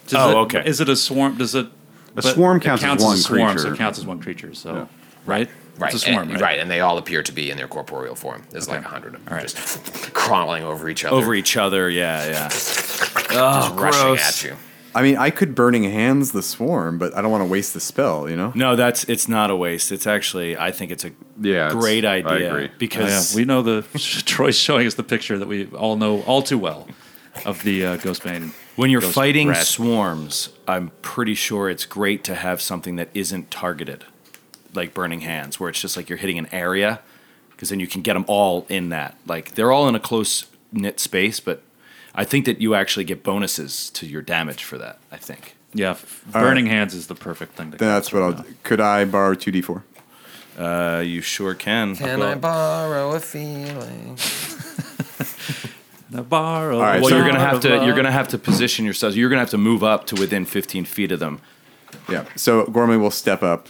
Does it- Is it a swarm? Does it? but
swarm
it
counts as
a
one
swarm, So
creature.
it counts as one creature. So right,
Right,
It's a swarm,
and,
right?
and they all appear to be in their corporeal form. There's like a hundred of them just crawling over each other.
Over each other, yeah, yeah.
Just rushing at you.
I mean, I could burning hands the swarm, but I don't want to waste the spell. You know.
No, that's it's not a waste. It's actually I think it's a
Yeah, it's-
great
I
idea
agree.
because
Oh, yeah, we know the Troy's showing us the picture that we all know all too well of the uh, Ghostbane.
when you're
ghost
fighting
rat.
swarms, I'm pretty sure it's great to have something that isn't targeted, like burning hands, where it's just like you're hitting an area, because then you can get them all in that. Like they're all in a close knit space, but I think that you actually get bonuses to your damage for that. I think.
yeah, f-
All
burning
right.
hands is the perfect thing. To
Then that's what I'll. do. Could I borrow two d four?
Uh, you sure can.
Can I borrow a feeling?
Navarro.
well, you're gonna have to you're gonna have to position yourselves. You're gonna have to move up to within 15 feet of them.
Yeah. So Gormley will step up.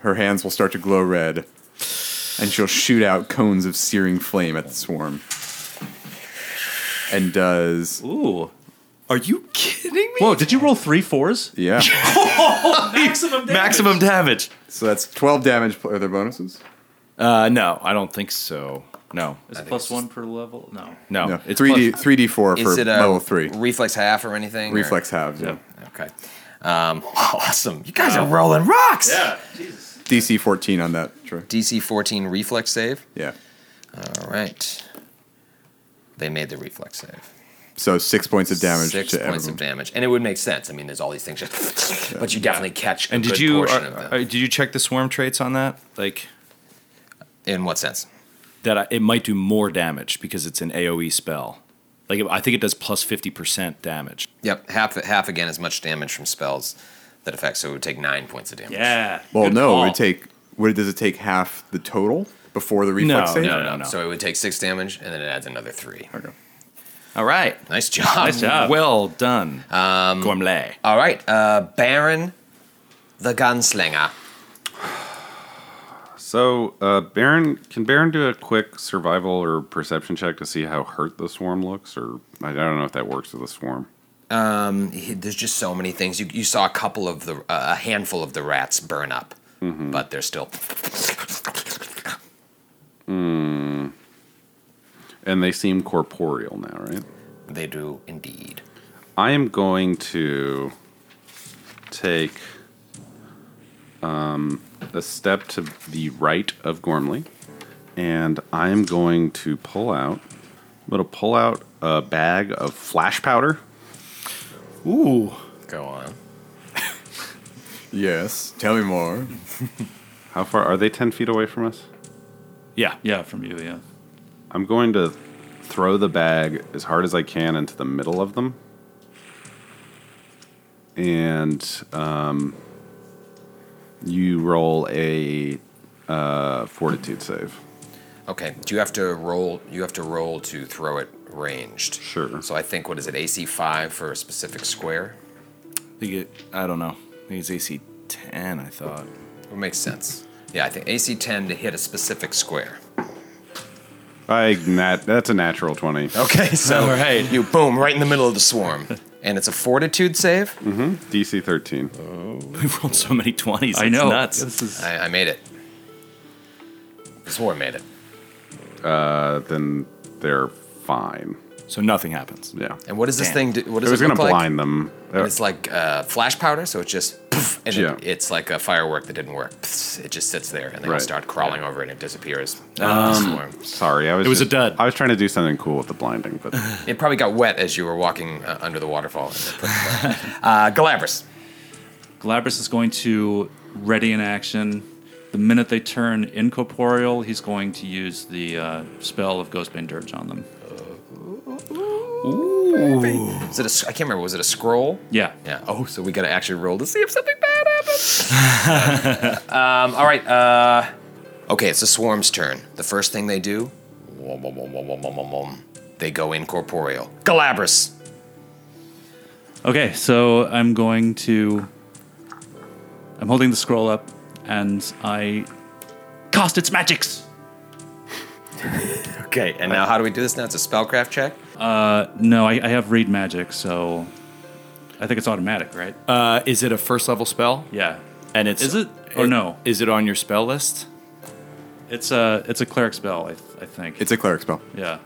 Her hands will start to glow red, and she'll shoot out cones of searing flame at the swarm. And does.
Ooh.
Are you kidding me?
Whoa! Did you roll three fours?
Yeah.
Oh, maximum damage.
Maximum damage.
So that's 12 damage. Are there bonuses?
Uh, no, I don't think so. No.
Is it plus one per level? No.
No. It's
three d
plus-
three d four for
Oh, Is it a
level three.
reflex half or anything? or-
Reflex halves. Yeah.
Okay. Um, awesome. You guys are rolling rocks. Yeah.
DC fourteen on that. Sure.
DC 14 reflex save.
Yeah.
All right. They made the reflex save.
So six points of damage
Six
to
points of
everyone.
damage, and it would make sense. I mean, there's all these things, just but you definitely catch. A
And did
good
you
portion
are-
of them.
are- did you check the swarm traits on that? Like,
in what sense?
That I, it might do more damage because it's an AOE spell. Like, I think it does plus 50 percent damage.
Yep, half half again as much damage from spells that affect. So it would take nine points of damage.
Yeah.
Well, no, it would
takes
take. What does it take half the total before the reflex save?
So it would take six damage, and then it adds another three.
Okay.
All right.
Nice job.
Nice job. Well done,
um,
Gormley.
All right, uh, Baron, the gunslinger.
So, uh, Baron, can Baron do a quick survival or perception check to see how hurt the swarm looks? Or I don't know if that works with the swarm.
Um, he- there's just so many things. You, you saw a couple of the uh, a handful of the rats burn up, but they're still.
Hmm. And they seem corporeal now, right?
They do indeed.
I am going to take um, a step to the right of Gormley, and I am going to pull out. I'm going to pull out a bag of flash powder.
Ooh.
Go on.
Yes. Tell me more.
How far are they? Ten feet away from us.
Yeah.
Yeah, from you, yeah.
I'm going to throw the bag as hard as I can into the middle of them, and um, you roll a uh, fortitude save.
Okay. Do you have to roll? You have to roll to throw it ranged.
Sure.
So I think what is it? AC five for a specific square.
I think it, I don't know. I think it's AC 10, I thought.
It makes sense. Yeah, I think AC ten to hit a specific square.
I nat, that's a natural twenty.
Okay. So you boom right in the middle of the swarm, and it's a fortitude save.
Mm-hmm. DC thirteen. Oh.
We've rolled so many twenties.
I know.
Nuts.
I, I made it. The swarm made it.
Uh, then they're fine.
So nothing happens.
Yeah.
And what does this thing? Do, what does
I was
it
gonna
look like?
blind them.
And it's like uh, flash powder, so it's just poof, and
Yeah.
then it's like a firework that didn't work. Pss, It just sits there, and they all
Right.
start crawling over it, and it disappears.
Um, sorry, I was.
It was a
dud. I was trying to do something cool with the blinding, but
It probably got wet as you were walking uh, under the waterfall. uh, Galabras.
Galabras is going to ready in action. The minute they turn incorporeal, he's going to use the uh, spell of Ghostbane Dirge on them.
Is it a, s- I can't remember. Was it a scroll?
Yeah.
Yeah. Oh, so we got to actually roll to see if something bad happens. um, all right. Uh, okay, it's the swarm's turn. The first thing they do, wom, wom, wom, wom, wom, wom, wom, wom, they go incorporeal. Galabras.
Okay, so I'm going to. I'm holding the scroll up, and I cast its magics.
Okay, and now how do we do this now? It's a spellcraft check?
Uh, no, I, I have read magic, so I think it's automatic, right?
Uh, is it a first level spell?
Yeah.
And it's
Is it or no?
Is it on your spell list?
It's a it's a cleric spell, I, I think.
It's a cleric spell.
Yeah.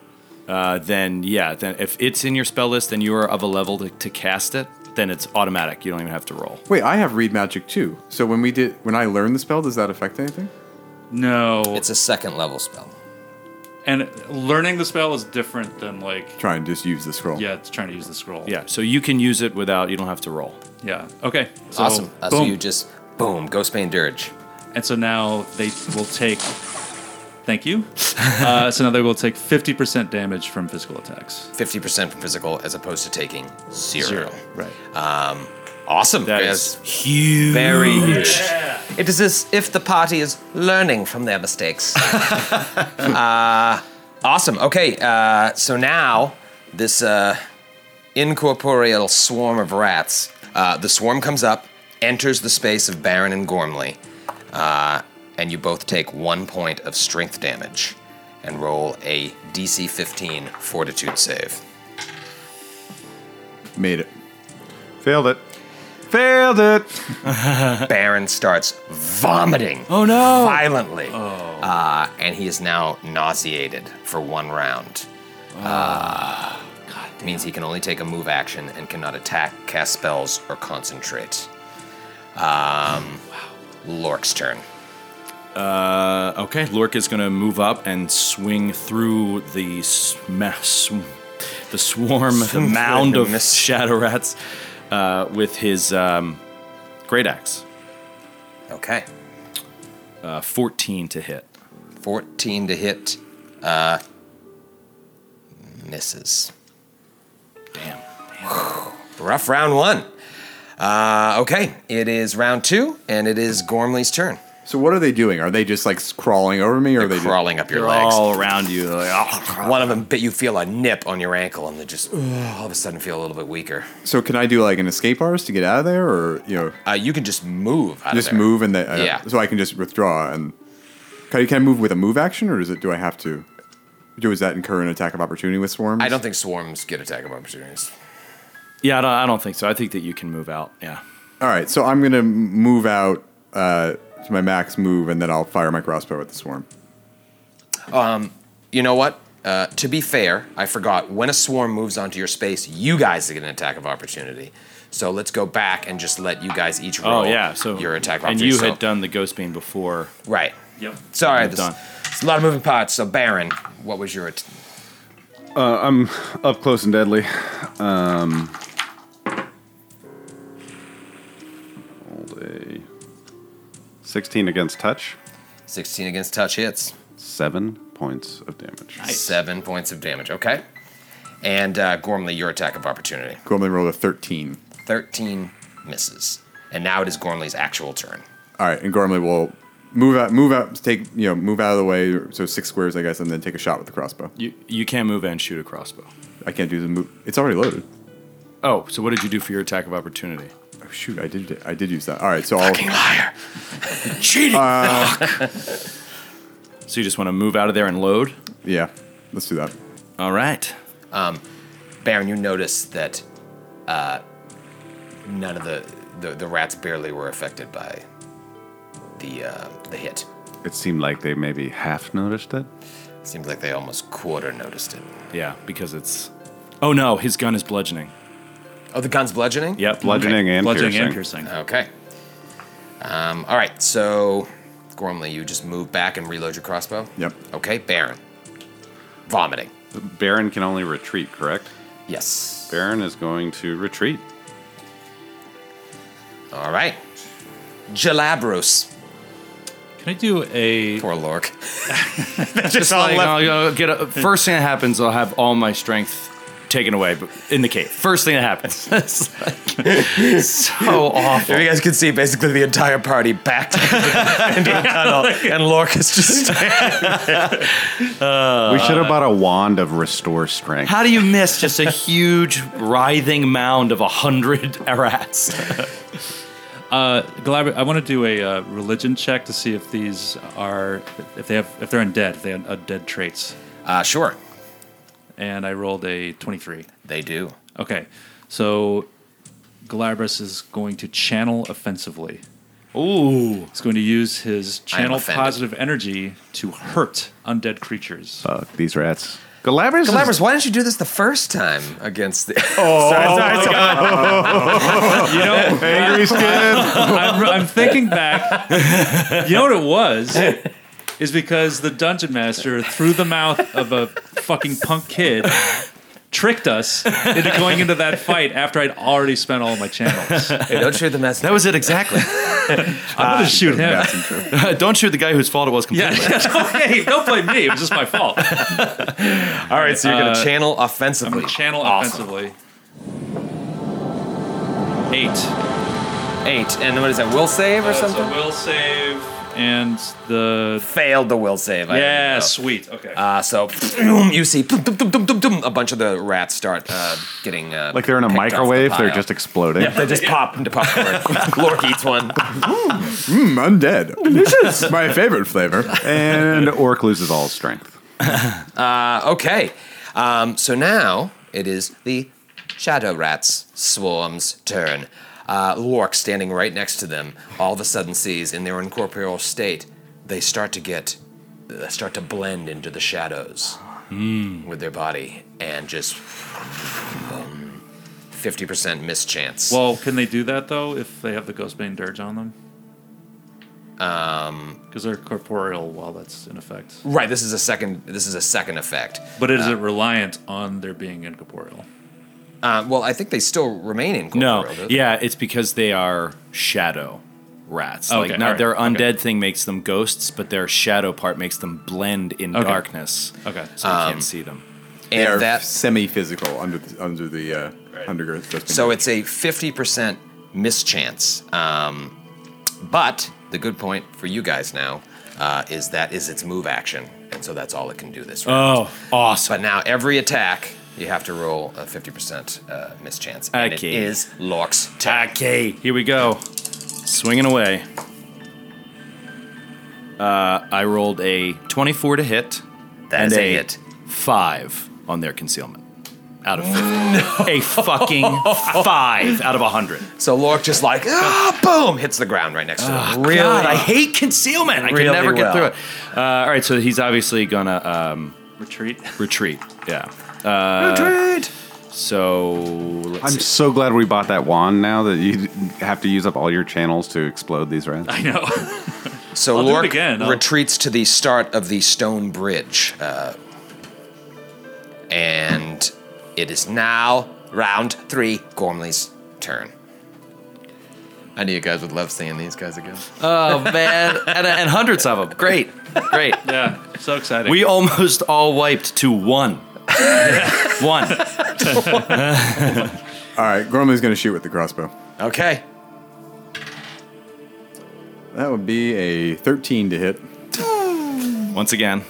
Uh, then yeah, then if it's in your spell list and you are of a level to, to cast it, then it's automatic. You don't even have to roll.
Wait, I have read magic too. So when we did, when I learned the spell, does that affect anything?
No.
It's a second level spell.
And learning the spell is different than like
Try and just use the scroll.
yeah, it's trying to use the scroll.
Yeah, so you can use it without. You don't have to roll.
Yeah. Okay. So,
awesome. Uh, so
boom.
you just, boom, Ghostbane Dirge.
And so now they will take. Thank you. Uh, so now they will take 50% damage from physical attacks.
50% from physical as opposed to taking zero.
Right.
Um, awesome. That is huge. Very huge. It is as if the party is learning from their mistakes. uh, awesome. Okay, uh, so now this uh, incorporeal swarm of rats, uh, the swarm comes up, enters the space of Baron and Gormley, uh, and you both take one point of strength damage and roll a DC 15 fortitude save.
Made it.
Failed it. Failed it.
Baron starts vomiting. Oh no! Violently. Uh, and he is now nauseated for one round. Oh. Uh, means he can only take a move action and cannot attack, cast spells, or concentrate. Um, Lork's turn.
Uh, okay, Lork is going to move up and swing through the sma- sw- the swarm, the mound of shadow rats uh, with his um, great axe.
Okay.
Uh, 14 to hit.
14 to hit. Uh, misses.
Damn.
Rough round one. Uh, okay, it is round two, and it is Gormley's turn.
So what are they doing? Are they just like crawling over me, or are they
crawling up your legs.
around you. "Ah,
One of them bit you feel a nip on your ankle, and they just ugh, all of a sudden feel a little bit weaker.
So can I do like an escape artist to get out of there, or you know?
Uh, you can just move. Out of
just
there.
move and the, uh,
Yeah.
So I can just withdraw and can I, can I move with a move action, or is it? Do I have to? Do is that incur an attack of opportunity with swarms?
I don't think swarms get attack of opportunities.
Yeah, I don't, I don't think so. I think that you can move out. Yeah.
All right, so I'm gonna move out uh, to my max move, and then I'll fire my crossbow at the swarm.
Um, you know what? Uh, to be fair, I forgot. When a swarm moves onto your space, you guys get an attack of opportunity. So let's go back and just let you guys each roll.
Oh yeah. So
your attack of
and
opportunity.
you
So-
had done the ghost beam before.
right.
Yep.
Sorry,
You're
this,
done.
it's a lot of moving parts. So Baron, what was your? At-
Uh, I'm up close and deadly. Um, hold a 16 against touch.
16 against touch hits.
Seven points of damage.
Seven points of damage. Okay. And uh, Gormley, your attack of opportunity.
Gormley rolled a 13.
13 misses. And now it is Gormley's actual turn.
All right, and Gormley will move out, move out, take you know, move out of the way. So six squares, I guess, and then take a shot with the crossbow.
You you can't move and shoot a crossbow.
I can't do the move. It's already loaded.
Oh, so what did you do for your attack of opportunity?
Oh, shoot, I did. I did use that. All right, so I'll.
liar.
Cheating. so you just want to move out of there and load?
Yeah, let's do that.
All right.
Baron, you notice that uh, none of the, the, the rats barely were affected by the, uh, the hit.
It seemed like they maybe half noticed it.
Seems like they almost quarter noticed it.
Yeah, because it's. Oh no, his gun is bludgeoning.
Oh, the gun's bludgeoning?
Yep.
Bludgeoning and
Bludgeoning
piercing.
and piercing.
Okay. Um, all right, so Gormley, you just move back and reload your crossbow?
Yep.
Okay, Baron. Vomiting.
Baron can only retreat, correct?
Yes.
Baron is going to retreat.
All right. Jalabros.
Can I do a?
Poor Lork.
Just like, I'll, I'll get a, first thing that happens, I'll have all my strength taken away but in the cave. First thing that happens. It's like so awful.
If you guys can see, basically the entire party backed into a tunnel, and Lork is just Uh,
we should have bought a wand of restore strength.
How do you miss just a huge writhing mound of a hundred rats?
Uh, Galabra, I want to do a uh, religion check to see if these are if they have if they're undead, if they have undead traits.
Uh, sure,
And I rolled a twenty-three.
they do.
Okay, so Galabras is going to channel offensively.
Ooh.
He's going to use his channel
offended.
positive energy to hurt undead creatures.
Fuck, these rats. Galabras, is-
Galabras, why didn't you do this the first time against the?
You know,
angry skin.
I'm, I'm thinking back. You know what it was? Is because the dungeon master, through the mouth of a fucking punk kid, tricked us into going into that fight after I'd already spent all my channels. I'm
Hey, don't shoot the mess.
That was it exactly.
gonna shoot him.
Don't shoot the guy whose fault it was
Yeah,
completely.
hey, don't blame me. It was just my fault.
All right, so you're gonna channel
I'm
offensively.
gonna channel
Awesome.
offensively. Eight.
Eight, and what is that? Will save or
Uh,
something?
So will save and the
Failed the will save. I don't
yeah,
know.
sweet. Okay.
Uh, so you see dum, dum, dum, dum, dum, dum, a bunch of the rats start uh, getting uh,
like they're in a
picked off the
microwave, they're
pile.
just exploding.
they just pop into popcorn. Lork eats one.
Mm, undead. Delicious. My favorite flavor.
And Orc loses all strength.
Okay. Um, so now it is the Shadow Rats swarm's turn. Uh, Lork, standing right next to them, all of a sudden sees in their incorporeal state, they start to get, uh, start to blend into the shadows
Hmm.
with their body and just um, 50% mischance.
well, can they do that though if they have the Ghostbane Dirge on them? Um, because they're corporeal while that's in effect.
right, this is a second, this is a second effect.
But is it reliant on their being incorporeal?
Uh, well, I think they still remain incorporeal.
No,
don't they?
yeah, it's because they are shadow rats. like
Okay,
not,
all right,
their
okay.
undead thing makes them ghosts, but their shadow part makes them blend in
Okay.
darkness.
Okay. Um,
so you can't see them.
They are
And that,
semi-physical under the, under the uh, undergrowth. just-
So it's a 50% mischance. Um, but the good point for you guys now uh, is that is its move action, and so that's all it can do this round.
Oh, awesome!
But now every attack you have to roll a 50% uh, mischance, and
Okay.
it is Lork's turn.
Okay, here we go. Swinging away. Uh, I rolled a 24 to hit.
That
and
is a
a
hit.
5 on their concealment. Out of 50. A fucking 5 out of 100.
So Lork just like ah, boom hits the ground right next to him. Really,
God, I hate concealment. I
Really
can
well.
never get through it. Uh, all right, so he's obviously gonna um,
Retreat.
retreat. Yeah. Uh,
Retreat!
So let's
I'm
see.
so glad we bought that wand now that you have to use up all your channels to explode these rats.
I know.
So
I'll do it
Lork
again. I'll-
retreats to the start of the stone bridge. Uh, and it is now round three, Gormley's turn. I knew you guys would love seeing these guys again.
Oh man, and, and hundreds of them. Great, great.
Yeah, so exciting.
We almost all wiped to one. one.
All right, Gormley's going to shoot with the crossbow.
Okay.
That would be a 13 to hit.
Once again.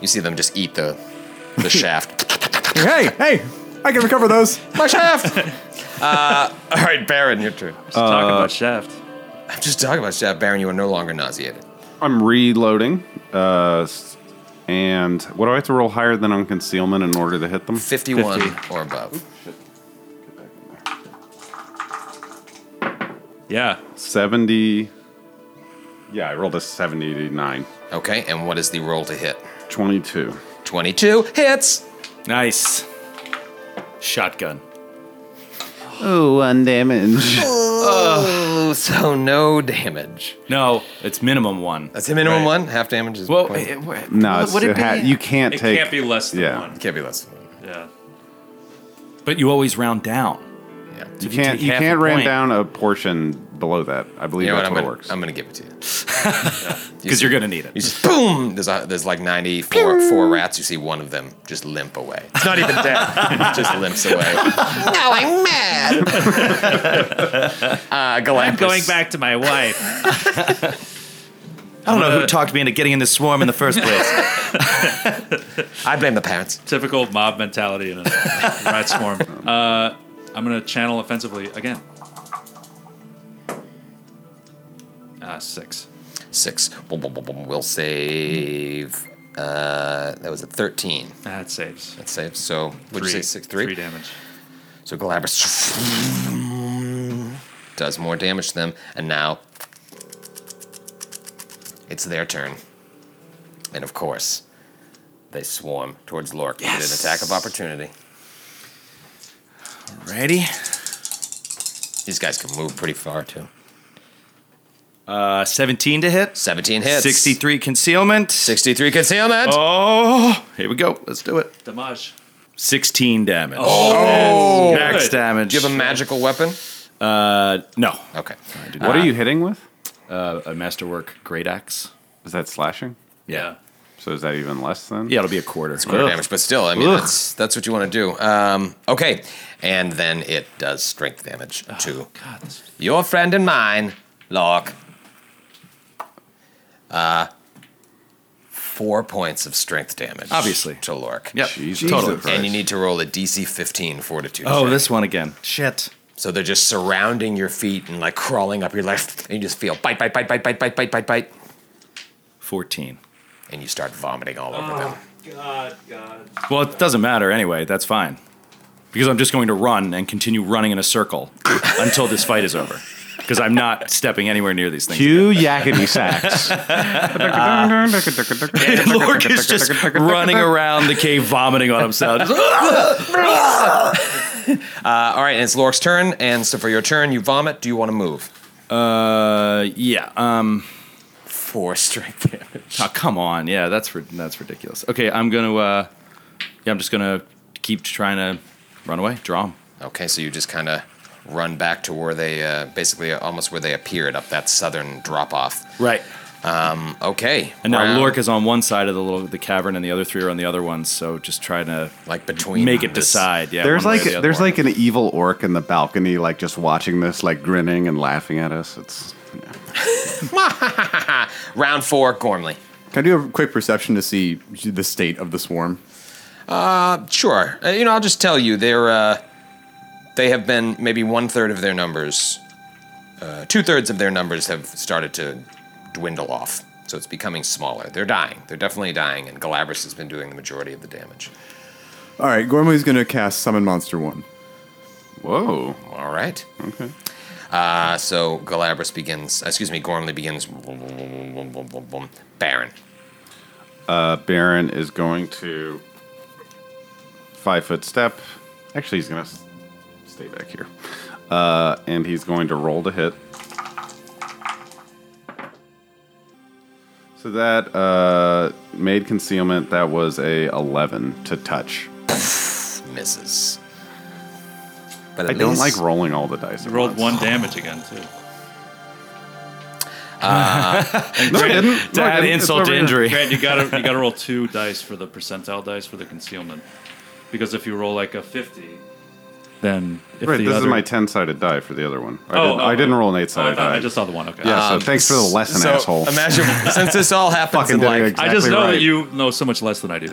You see them just eat the the shaft.
Hey, hey, I can recover those.
My shaft. uh, all right, Baron, your turn.
Talk about Shaft.
I'm just talking about shaft, Baron. You are no longer nauseated.
I'm reloading. Uh, s- and what do I have to roll higher than on concealment in order to hit them?
51 or above.
Yeah.
70. Yeah, I rolled a 79.
Okay, and what is the roll to hit?
22.
22 hits.
Nice. Shotgun.
Oh, one damage.
Oh, so no damage.
No, it's minimum one.
That's a minimum one. Half damage is
Well,
point.
it, what-
No,
what
it's-
would it
it ha-
be?
you can't
It
take.
can't be less than
yeah.
one.
can't be less. than
Yeah.
But you always round down.
Yeah.
You
you
can't.
take
You
half a
can't ram
point-
down a portion below that. I believe
You know what?
that's
I'm
what
gonna,
works.
I'm gonna give it to you.
Because you're gonna need it.
You just boom. There's a, there's like 94 four rats. You see one of them just limp away. It's not even dead. just limps away. now I'm mad. uh, Galactus.
I'm going back to my wife.
I don't know who talked me into getting in this swarm in the first place.
I blame the parents.
Typical mob mentality in a rat swarm. Uh, I'm going to channel offensively again. Uh, six.
Six. Boom, boom, boom, boom. We'll save. Uh, that was a 13.
That saves.
That saves. So would you say six three?
Three damage.
So Galabras does more damage to them, and now it's their turn. And of course, they swarm towards Lork. You Get an attack of opportunity.
Ready?
These guys can move pretty far too.
Uh, 17 to hit.
17 hits.
63 concealment.
63 concealment.
Oh, here we go. Let's do it.
Damage.
16 damage. Oh, max
Good.
damage.
Do you have a magical weapon?
uh, no.
Okay.
what are you hitting with?
Uh, a masterwork great axe.
Is that slashing?
Yeah.
So is that even less than?
Yeah, it'll be a quarter.
Quarter damage, but still, I mean,
Ugh.
that's that's what you want to do. Um, okay, and then it does strength damage
Oh,
to
God, this-
your friend and mine, Locke. Uh, four points of strength damage.
Obviously.
to Lork.
Yep.
Jesus
Totally.
Christ.
And you need to roll a DC 15 fortitude.
Oh,
check.
this one again. Shit.
So they're just surrounding your feet and like crawling up your left, and you just feel bite, bite, bite, bite, bite, bite, bite, bite, bite,
14.
and you start vomiting all over
Oh.
them.
Well, it doesn't matter anyway. That's fine. Because I'm just going to run and continue running in a circle until this fight is over. Because I'm not stepping anywhere near these things.
Two yakety sacks.
And Lork is just running around the cave, vomiting on himself.
Uh, all right, and it's Lork's turn, and so for your turn, you vomit. Do you want to move?
Uh, yeah. Um,
Four strength damage.
oh, come on. Yeah, that's rid- that's ridiculous. Okay, I'm gonna. Uh, yeah, I'm just gonna keep trying to run away, draw him.
Okay, so you just kind of run back to where they uh, basically almost where they appeared up that southern drop off.
Right.
Okay.
And now
round-
Lork is on one side of the little the cavern, and the other three are on the other one. So just trying to
like between
make it
this-
decide. Yeah.
There's
one way
like
or the other
there's
one.
like an evil orc in the balcony, like just watching this, like grinning and laughing at us. It's
Round four, Gormley.
Can I do a quick perception to see the state of the swarm?
Sure. Uh, you know, I'll just tell you they're uh, they have been maybe one third of their numbers, uh, two thirds of their numbers have started to dwindle off. So it's becoming smaller. They're dying. They're definitely dying, and Galabras has been doing the majority of the damage.
All right, Gormley's going to cast Summon Monster 1.
whoa.
All right. Okay. Uh, so Galabras begins. Excuse me. Gormley begins. Baron.
Uh, Baron is going to five foot step. Actually, he's gonna s- stay back here, uh, and he's going to roll to hit. So that uh, made concealment. That was a eleven to touch.
misses. But
I don't like rolling all the dice. at
Rolled
once.
one damage again, too. And No, I Grant- didn't. No, I didn't. It's over here. Grant, Grant, you gotta you gotta roll two dice for the percentile dice for the concealment, because if you roll like a fifty, then if
right,
the
this is
other-
my ten-sided die for the other one. I,
Oh,
didn't,
oh,
I didn't roll an
Oh, I
eight-sided
thought-
die.
I just saw the one, okay.
Yeah, so
Um,
thanks for the lesson,
so
asshole.
Imagine since this all happens
Fucking
in
did it
like
exactly
I just know
right.
that you know so much less than I do.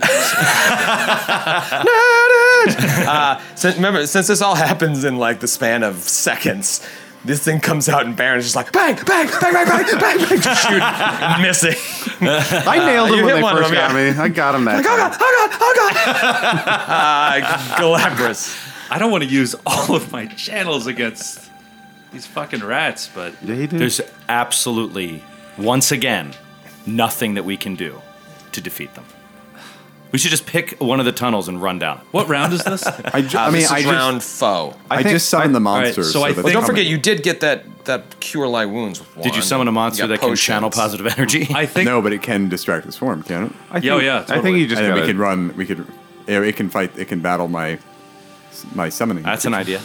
uh, since, remember, since this all happens in like the span of seconds, this thing comes out and Baron's just like bang, bang, bang, bang, bang, bang, bang, just shoot, missing.
I nailed
Uh,
him
you
when
hit
they
one of
first
them,
got me. I got him that
Like, oh
time.
god, oh god, oh god. uh, Galabras.
I don't want to use all of my channels against these fucking rats, but
There's absolutely, once again, nothing that we can do to defeat them. We should just pick one of the tunnels and run down.
What round is this?
I,
Uh, this is round foe.
I I think- just summoned the monster,
so
so
I
that's
think, don't
coming.
forget, you did get that that cure light wounds.
Did you summon a monster that can channel positive energy?
I think
no, but it can distract the swarm, can it?
I Yeah, think- oh, yeah,
I think
totally.
you just. And then we
gotta-
could run. We could. yeah, It can fight. It can battle my my summoning. That's
an idea.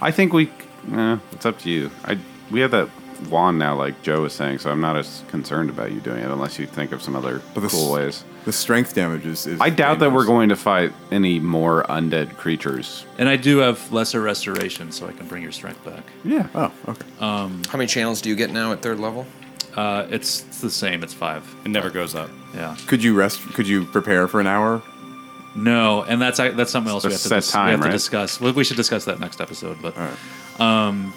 I think we. Eh, it's up to you. I we have that wand now, like Joe was saying, so I'm not as concerned about you doing it unless you think of some other cool ways.
The strength damage is. is
I doubt that we're going to fight any more undead creatures.
and I do have lesser restoration, so I can bring your strength back.
Yeah. Oh, okay.
Um,
How many channels do you get now at third level?
Uh, it's, it's the same. It's five.
It never goes up.
Yeah.
Could you rest? Could you prepare for an hour?
No, and that's that's something else we have,
It's
to,
set
dis- we
time,
have to
right?
discuss. We we should discuss that next episode. But um,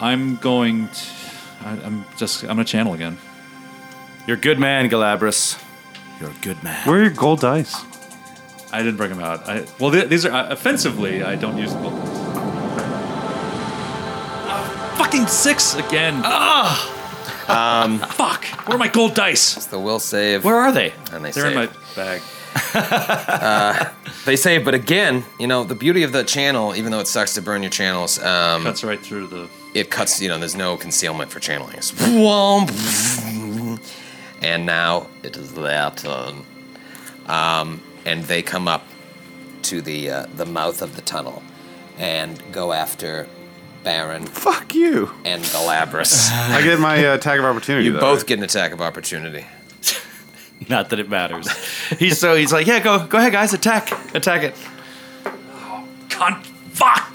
I'm going. To, I, I'm just. I'm gonna channel again.
You're a good man, Galabras. You're a good man.
Where are your gold dice?
I didn't bring them out. I, well, th- these are uh, offensively. I don't use them. fucking six again. Ah.
Um,
Fuck. Where are my gold dice? It's
the will save.
Where are they?
And they
They're in
save.
my bag.
uh, they save, but again, you know, the beauty of the channel, even though it sucks to burn your channels, um,
cuts right through the.
It cuts. You know, there's no concealment for channeling. It's whoom, and now it is their turn, um, and they come up to the uh, the mouth of the tunnel and go after Baron.
Fuck you.
And Galabras.
I get my uh, attack of opportunity.
You
though,
both
right?
get an attack of opportunity.
Not that it matters. he's so he's like, yeah, go go ahead, guys, attack, attack it.
Cunt. Fuck.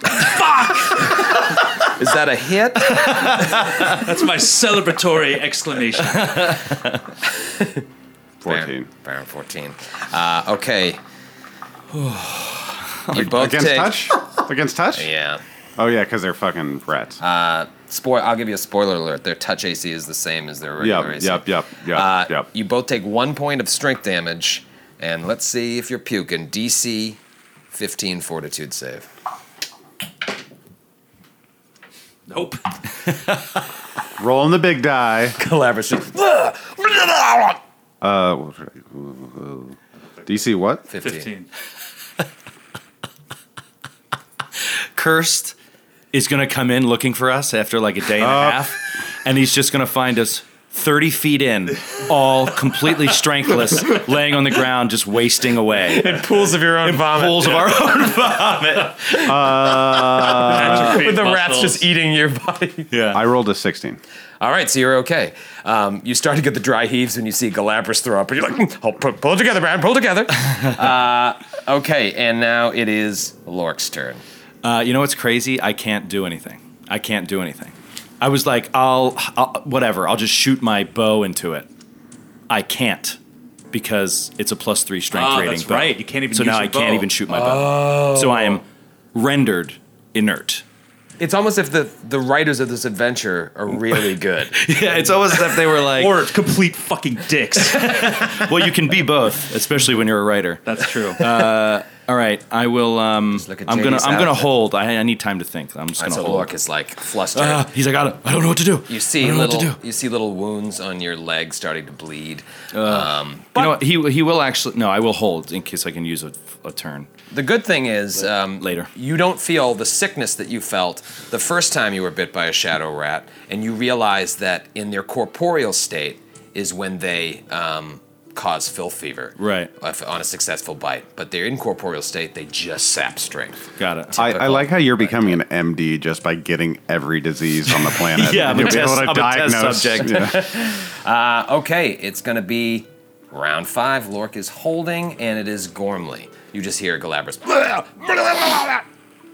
Is that a hit?
That's my celebratory exclamation.
14.
Baron 14. Uh, okay. you both
against
take-
touch? Against touch?
Yeah.
Oh yeah, because they're fucking rats.
Ah,
Uh, spoil. I'll give you a spoiler alert. Their touch AC is the same as their regular
Yep,
AC.
yep, yep, yep,
Uh,
yep.
You both take one point of strength damage, and let's see if you're puking. DC 15 Fortitude save.
Nope.
Rolling the big die.
Collaboration.
Uh, what did I- DC what?
15.
Cursed is gonna come in looking for us after like a day and
Oh.
a half, and he's just gonna find us. 30 feet in, all completely strengthless, laying on the ground, just wasting away.
And pools of your own vomit.
Pools of our own vomit.
Uh,
With the rats just eating your body.
Yeah.
I rolled a 16.
All right, so you're okay. Um, you start to get the dry heaves when you see Galabras throw up, and you're like, "Mm, I'll pull, pull it together, Brad, pull it together. uh, okay, and now it is Lork's turn.
Uh, you know what's crazy? I can't do anything. I can't do anything. I was like, I'll, I'll whatever. I'll just shoot my bow into it. I can't because it's a plus three strength
Ah,
rating.
that's
bow.
right. You can't even
So
use
now
your
I can't
bow. Oh.
even shoot my bow. So I am rendered inert.
It's almost if the, the writers of this adventure are really good.
yeah, it's almost as if they were like,
or complete fucking dicks.
well, you can be both, especially when you're a writer.
That's true.
Uh, all right, I will. Um,
at
I'm gonna.
Jamie's
I'm gonna
outfit.
hold. I, I need time to think. I'm just
All right,
gonna
so
hold.
Lork is like flustered.
Ah, he's like, I don't, I don't know what to do.
You
I
see
don't know what to
little you see little wounds on your leg starting to bleed. um,
you know what? He he will actually. No, I will hold in case I can use a, a turn.
The good thing is, um,
later
you don't feel the sickness that you felt the first time you were bit by a shadow rat, and you realize that in their corporeal state is when they um, cause filth fever
Right.
if- on a successful bite. But their incorporeal state, they just sap strength.
Got it.
I, I like how you're becoming an MD just by getting every disease on the planet.
Yeah, I'm a
You'll be
test-
able to
I'm a test
diagnose-
subject.
Yeah.
Uh, okay, it's going to be round five. Lork is holding, and it is Gormley. You just hear Galabras.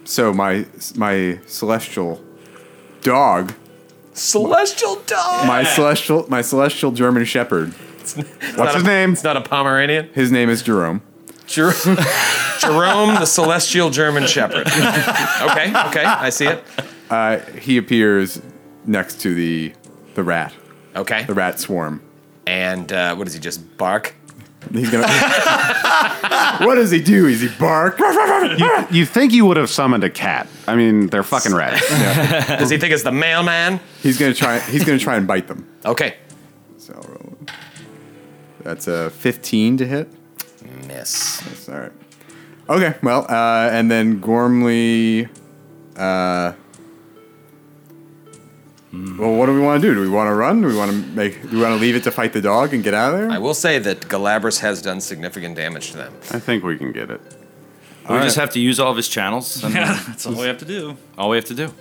So my my celestial dog,
Celestial dog!
my celestial my celestial German Shepherd.
What's his name?
It's not a Pomeranian.
His name is Jerome.
Jer- Jerome, the celestial German shepherd. Okay, okay, I see it.
Uh, he appears next to the the rat,
Okay.
the rat swarm.
And uh, what does he just bark?
He's gonna. what does he do? Is he bark?
Ah!
You, you think you would have summoned a cat? I mean, they're fucking rats.
Does he think it's the mailman?
He's gonna try. He's gonna try and bite them.
Okay.
So that's a fifteen to hit.
Miss.
That's all right. Okay. Well, uh, and then Gormley. Uh, well, what do we want to do? Do we want to run? Do we want to make? Do we want to leave it to fight the dog and get out of there?
I will say that Galabras has done significant damage to them.
I think we can get it.
we just have to use all of his channels. And
Yeah, that's all we have to do.
All we have to do.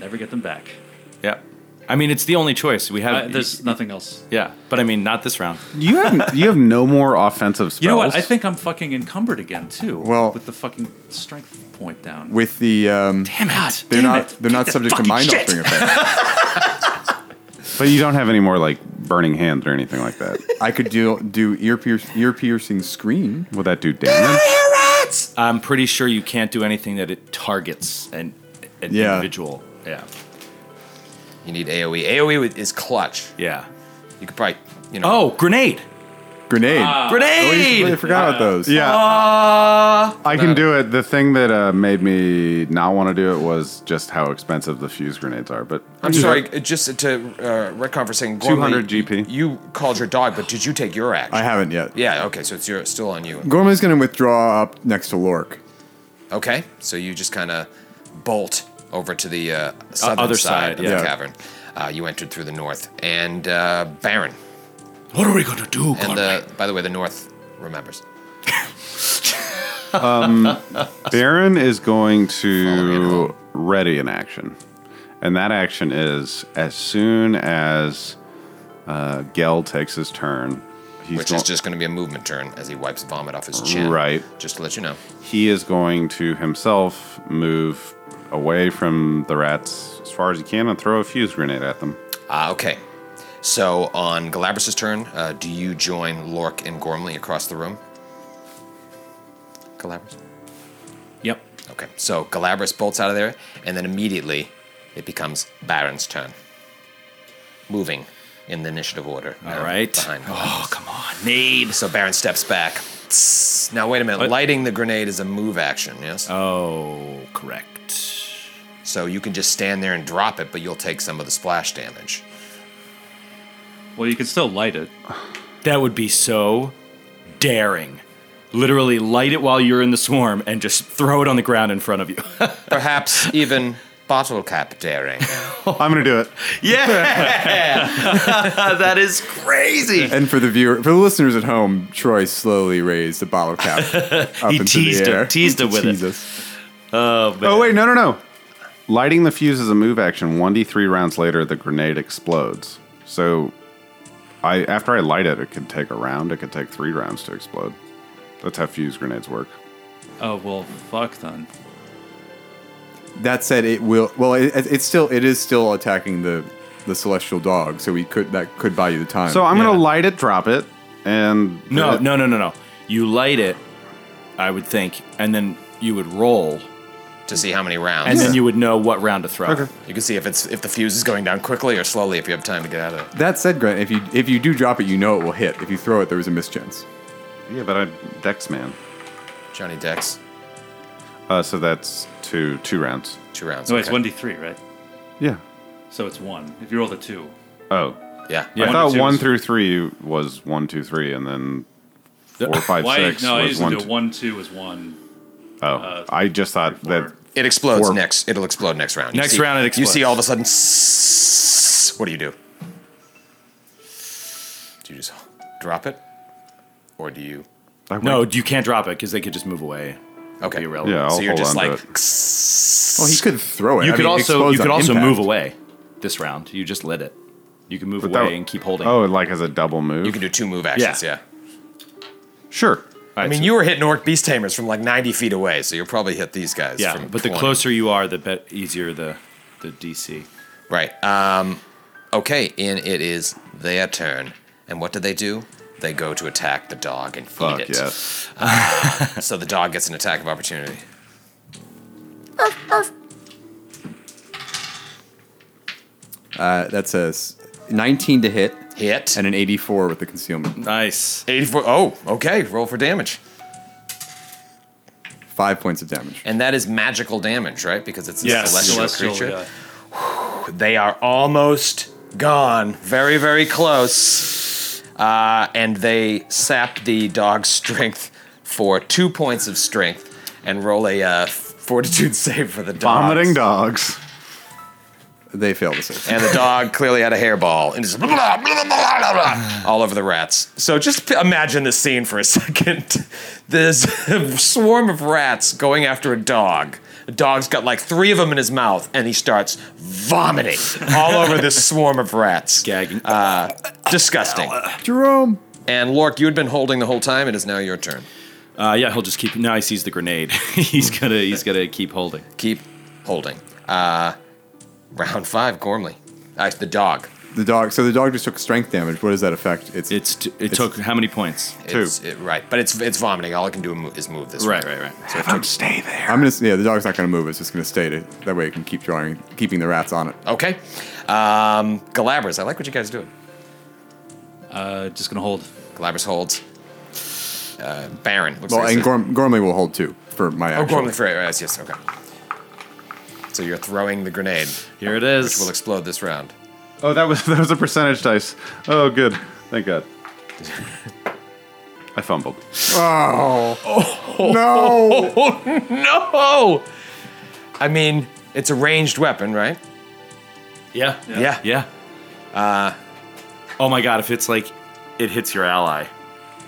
Never get them back.
Yeah. I mean, it's the only choice we
Uh,
have.
there's nothing else.
yeah, but I mean, not this round.
You have you have no more offensive spells.
You know what? I think I'm fucking encumbered again too.
Well-
with the fucking strength point down.
With the um,
Damn it!
they're
Damn
not
it.
they're not
Get that
subject to
fucking
mind
shit.
altering effects.
but you don't have any more like burning hands or anything like that.
I could do do ear pierce, ear piercing scream.
Will that do damage?
I'm pretty sure you can't do anything that it targets an, an
Yeah.
individual. Yeah.
You need E. AoE. AoE is clutch.
Yeah.
You could probably, you know.
Oh, grenade.
Grenade.
Ah.
Grenade! Ah!
I forgot about those.
Yeah. I can do it. The thing that uh, made me not want to do it was just how expensive the fuse grenades are. But
I'm sorry, uh, just to uh, retcon for saying
200 GP.
You called your dog, but did you take your action?
I haven't yet.
Yeah, okay, so it's your, still on you.
Gormley's gonna withdraw up next to Lork.
Okay, so you just kind of bolt over to the uh, southern
other
side,
side,
of
yeah.
the cavern. Uh, you entered through the north. And uh, Baron.
What are we gonna do,
And
Conrad?
the, by the way, the north remembers.
Baron is going to
Follow
ready an action, and that action is as soon as uh, Gel takes his turn, he's
Which
go-
is just going to be a movement turn as he wipes vomit off his chin.
Right.
Just to let you know.
he is going to himself move away from the rats as far as he can and throw a fuse grenade at them.
Ah, okay. So on Galabras' turn, uh, do you join Lork and Gormley across the room? Galabras?
Yep.
Okay. So Galabras bolts out of there, and then immediately it becomes Baron's turn. Moving in the initiative order.
All
uh,
right.
Behind.
Oh, come on. Nade.
So Baron steps back. Tss. Now, wait a minute. Lighting the grenade is a move action, yes?
Oh, correct.
so you can just stand there and drop it, but you'll take some of the splash damage.
Well, you can still light it.
That would be so daring. Literally light it while you're in the swarm and just throw it on the ground in front of you.
Perhaps even bottle cap daring. Oh.
I'm going to do it.
that is crazy.
And for the viewer, for the listeners at home, Troy slowly raised the bottle cap up
He
into
teased
the
him-
air.
teased him with it.
Jesus.
Oh, man.
Oh wait, no, no, no. Lighting the fuse is a move action. One d three rounds later, the grenade explodes. So, I after I light it, it could take a round. It could take three rounds to explode. That's how fuse grenades work.
Oh well, fuck then.
That said, it will. Well, it, it's still. It is still attacking the the celestial dog. So we could that could buy you the time.
So I'm
Uh, Yeah.
gonna light it, drop it, and
No,
uh,
no, no, no, no. You light it, I would think, and then you would roll,
to see how many rounds.
and then you would know what round to throw. Okay.
You can see if it's if the fuse is going down quickly or slowly if you have time to get out of it.
that said, Grant, if you if you do drop it, you know it will hit. If you throw it, there was a mischance.
Yeah, but I dex man.
Johnny Dex,
Uh, so that's two two rounds.
two rounds.
So it's
okay.
one d three, right?
Yeah.
So it's one. If you roll the two,
Oh,
Yeah.
Yeah.
I
One
thought
to two
one
is-
through three was one two three, and then four five
why?
six
no, I
was
used to
one.
do
two-
one two is one.
oh, I just thought that.
It explodes
Four.
next. It'll explode next round. You
Next
see-
round it
You see
explodes.
all of a sudden. "Sss." What do you do? Do you just drop it?
or do you?
No, you can't drop it because they could just move away.
Okay,
irrelevant.
Yeah, I'll So you're hold just on to like,
Well, he could throw it.
You
I
could
mean,
also
expose
you could
on
also
impact.
move away this round. You just lit it. You can move
But
away
that-
and keep holding.
Oh, like as a double move. You
can do two move
actions,
Yeah.
Sure.
I mean, you were hitting orc beast tamers from like 90 feet away, so you'll probably hit these guys.
yeah,
from
but
20.
the closer you are, the bet easier the the DC.
Right. Um, okay, and it is their turn.
And what do they do? They go to attack the dog and
Fuck,
eat it.
yes.
so the dog gets an attack of opportunity.
Uh, that's a s- 19 to hit.
Hit.
And an 84 with the concealment.
Nice.
84. Oh, okay. Roll for damage.
Five points of damage.
And that is magical damage, right? Because it's a
Yes.
celestial,
Celestial,
creature. They are almost gone.
Very, very close.
Uh, and they sap the dog's strength for two points of strength and roll a uh, fortitude save for the dog.
Vomiting dogs.
They fail to save.
And the dog clearly had a hairball and just blah, blah, blah, blah, blah, blah, all over the rats.
So just p- imagine this scene for a second.
There's a swarm of rats going after a dog. The dog's got like three of them in his mouth and he starts vomiting all over this swarm of rats.
Gagging.
Uh, disgusting.
Jerome.
And Lork, you had been holding the whole time. It is now your turn.
Uh, yeah, he'll just keep. Now he sees the grenade. he's gonna he's gonna keep holding.
Keep holding. Uh, round five, Gormley. Uh, the dog.
The dog. So the dog just took strength damage. What does that affect? It's
it's t- it took how many points?
Two.
It's, it, right, but it's it's vomiting. All it can do mo- is move this.
Right,
way.
right, right.
So it took-
I'm gonna. s- Yeah, the dog's not gonna move. It's just gonna stay. To, that way, it can keep drawing, keeping the rats on it.
Okay. Um, Galabras, I like what you guys doing.
Uh, just gonna hold.
Galabras holds. Uh, Baron. Looks
Well,
like
and
it's-
Gorm, Gormley will hold too for my
Oh,
action.
Gormley Frey. Yes, yes. Okay. So you're throwing the grenade.
Here it is.
Which will explode this round.
Oh, that was that was a percentage dice. Oh, good. Thank God. I fumbled.
Oh.
No. no. I mean, it's a ranged weapon, right?
Yeah.
Yeah.
Yeah.
Uh,
oh my god! If it's like it hits your ally,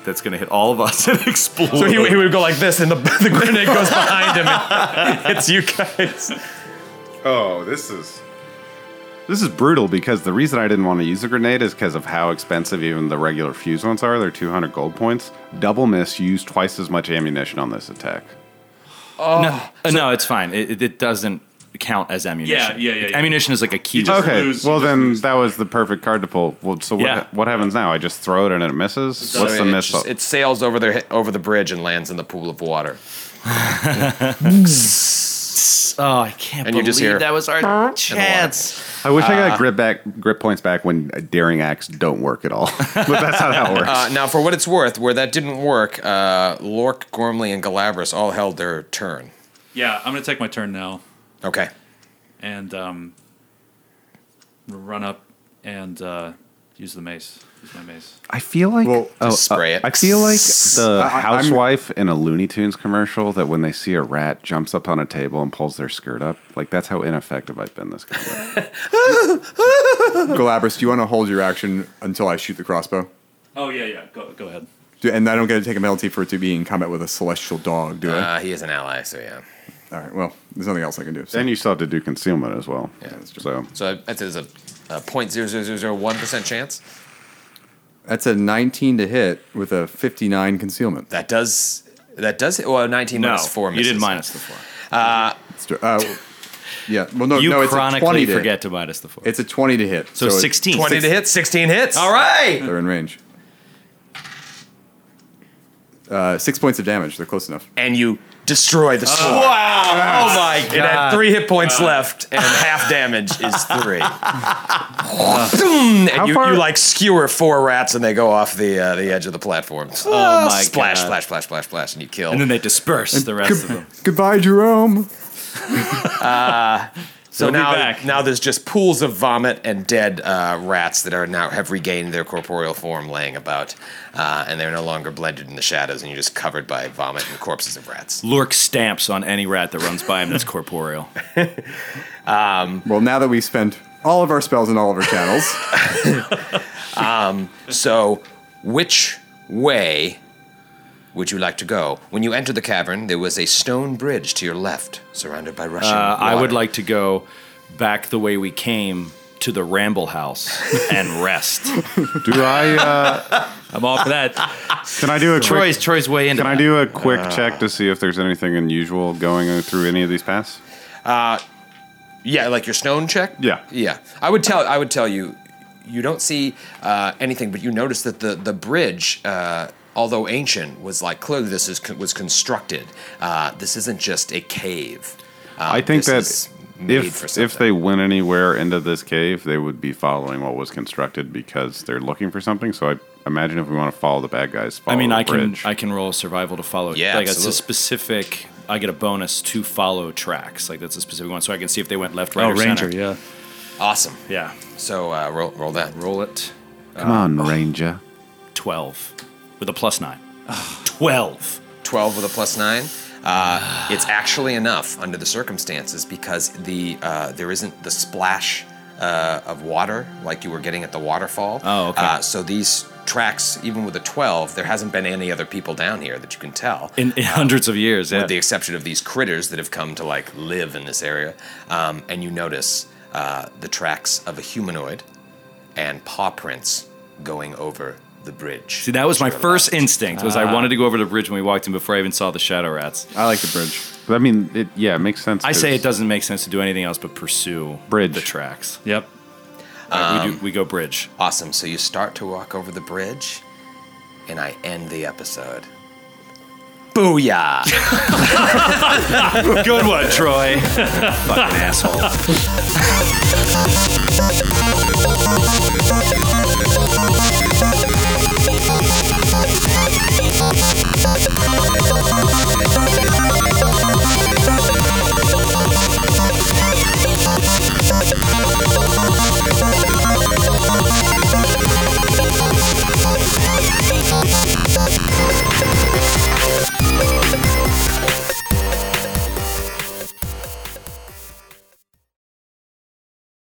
that's gonna hit all of us and explode.
So he, he would go like this, and the, the grenade goes behind him and hits you guys.
Oh, this is. This is brutal because the reason I didn't want to use a grenade is because of how expensive even the regular fuse ones are. They're 200 gold points. Double miss, use twice as much ammunition on this attack.
Oh. No, uh, no, it's fine. It, it- it doesn't count as ammunition.
Yeah, yeah, yeah, yeah.
Ammunition is like a key.
okay, well then that was the perfect card to pull. Well, so what,
Yeah.
what happens now? I just throw it and it misses.
so
What's the
it
miss?
just- it sails over the over the bridge and lands in the pool of water.
oh, I can't
And you just hear-
I wish I
Uh,
got grip back grip points back when daring acts don't work at all. but that's not how it works.
Uh, now, for what it's worth, where that didn't work, uh, Lork, Gormley, and Galabras all held their turn.
Yeah, I'm gonna take my turn now
Okay.
and um, run up and uh, use the mace. Use my mace.
I feel like oh,
spray
uh,
it.
I feel like the
I- I- I'm-
housewife in a Looney Tunes commercial that when they see a rat jumps up on a table and pulls their skirt up. Like that's how ineffective I've been this game.
Galabras, do you want to hold your action until I shoot the crossbow?
Oh yeah, yeah. Go go ahead.
Do, and I don't get to take a penalty for it to be in combat with a celestial dog, do I?
Uh, he is an ally, so yeah.
All right. Well, there's nothing else I can do. So.
Then you still have to do concealment as well. Yeah, that's true. So
So that is a, a 0.00001% chance.
That's a 19 to hit with a 59 concealment.
That does. That does. Well, 19
No,
minus 4
you
misses.
did minus
the 4.
Uh,
Uh, yeah. Well, no,
You
no, it's
chronically
a 20 to
forget
hit.
to minus the four.
It's a 20 to hit.
So
it's
16.
20 to hit, 16 hits.
All right.
They're in range. Uh, six points of damage. They're close enough.
And you destroy the swarm.
Wow.
Oh my
It had
God.
three hit points
Wow.
left, and half damage is three.
Boom!
How
and you,
far-
you like skewer four rats, and they go off the uh, the edge of the platform. Uh,
Oh my
Splash,
God.
splash, splash, splash, splash, and you kill.
And then they disperse the rest of them.
Goodbye, Jerome.
Uh, so
They'll be
now,
back.
now there's just pools of vomit and dead uh, rats that are now have regained their corporeal form, laying about, uh, and they're no longer blended in the shadows, and you're just covered by vomit and corpses of rats.
Lurk stamps on any rat that runs by him that's corporeal.
Um, well, now that we spent all of our spells and all of our channels,
Um, so, which way Would you like to go? When you entered the cavern, there was a stone bridge to your left, surrounded by rushing
Uh, I
water.
would like to go back the way we came to the Ramble House and rest.
Do I? Uh,
I'm all for that.
Can I do a
Troy's-
quick,
Troy's way into
Can I
that.
do a quick
Uh.
check to see if there's anything unusual going through any of these paths?
Uh, yeah, like your stone check.
Yeah.
Yeah, I would tell. I would tell you, you don't see uh, anything, but you notice that the the bridge, uh, although ancient, was like clearly this is was constructed. Uh, this isn't just a cave. Uh,
I think
this
that
is made for
if
something.
if they went anywhere into this cave, they would be following what was constructed because they're looking for something. So I imagine if we want to follow the bad guys,
I
follow
mean,
the
I can
bridge.
I can roll survival to follow.
Yeah,
like
absolutely.
it's a specific. I get a bonus to follow tracks. Like that's a specific one, so I can see if they went left, right,
Oh,
or
ranger,
center.
Yeah.
Awesome.
Yeah.
So uh, roll roll that.
Roll it.
Come on,
Oh.
Ranger.
Twelve with a plus nine. Twelve.
Twelve with a plus nine. Uh, it's actually enough under the circumstances because the uh, there isn't the splash uh, of water like you were getting at the waterfall.
Oh, okay.
Uh, so these tracks, even with a twelve, there hasn't been any other people down here that you can tell.
In, in hundreds of years, yeah.
with the exception of these critters that have come to like live in this area. Um, and you notice uh, the tracks of a humanoid and paw prints going over the bridge.
See, that was my first instinct. Was I
Ah.
wanted to go over the bridge when we walked in before I even saw the shadow rats.
I like the bridge. I mean, it yeah, it makes sense.
I say
'cause-
it doesn't make sense to do anything else but pursue bridge the tracks.
Yep.
we, do, we go bridge.
Awesome. So you start to walk over the bridge, and I end the episode. Booyah!
Good one, Troy. Fucking asshole.
Thank you.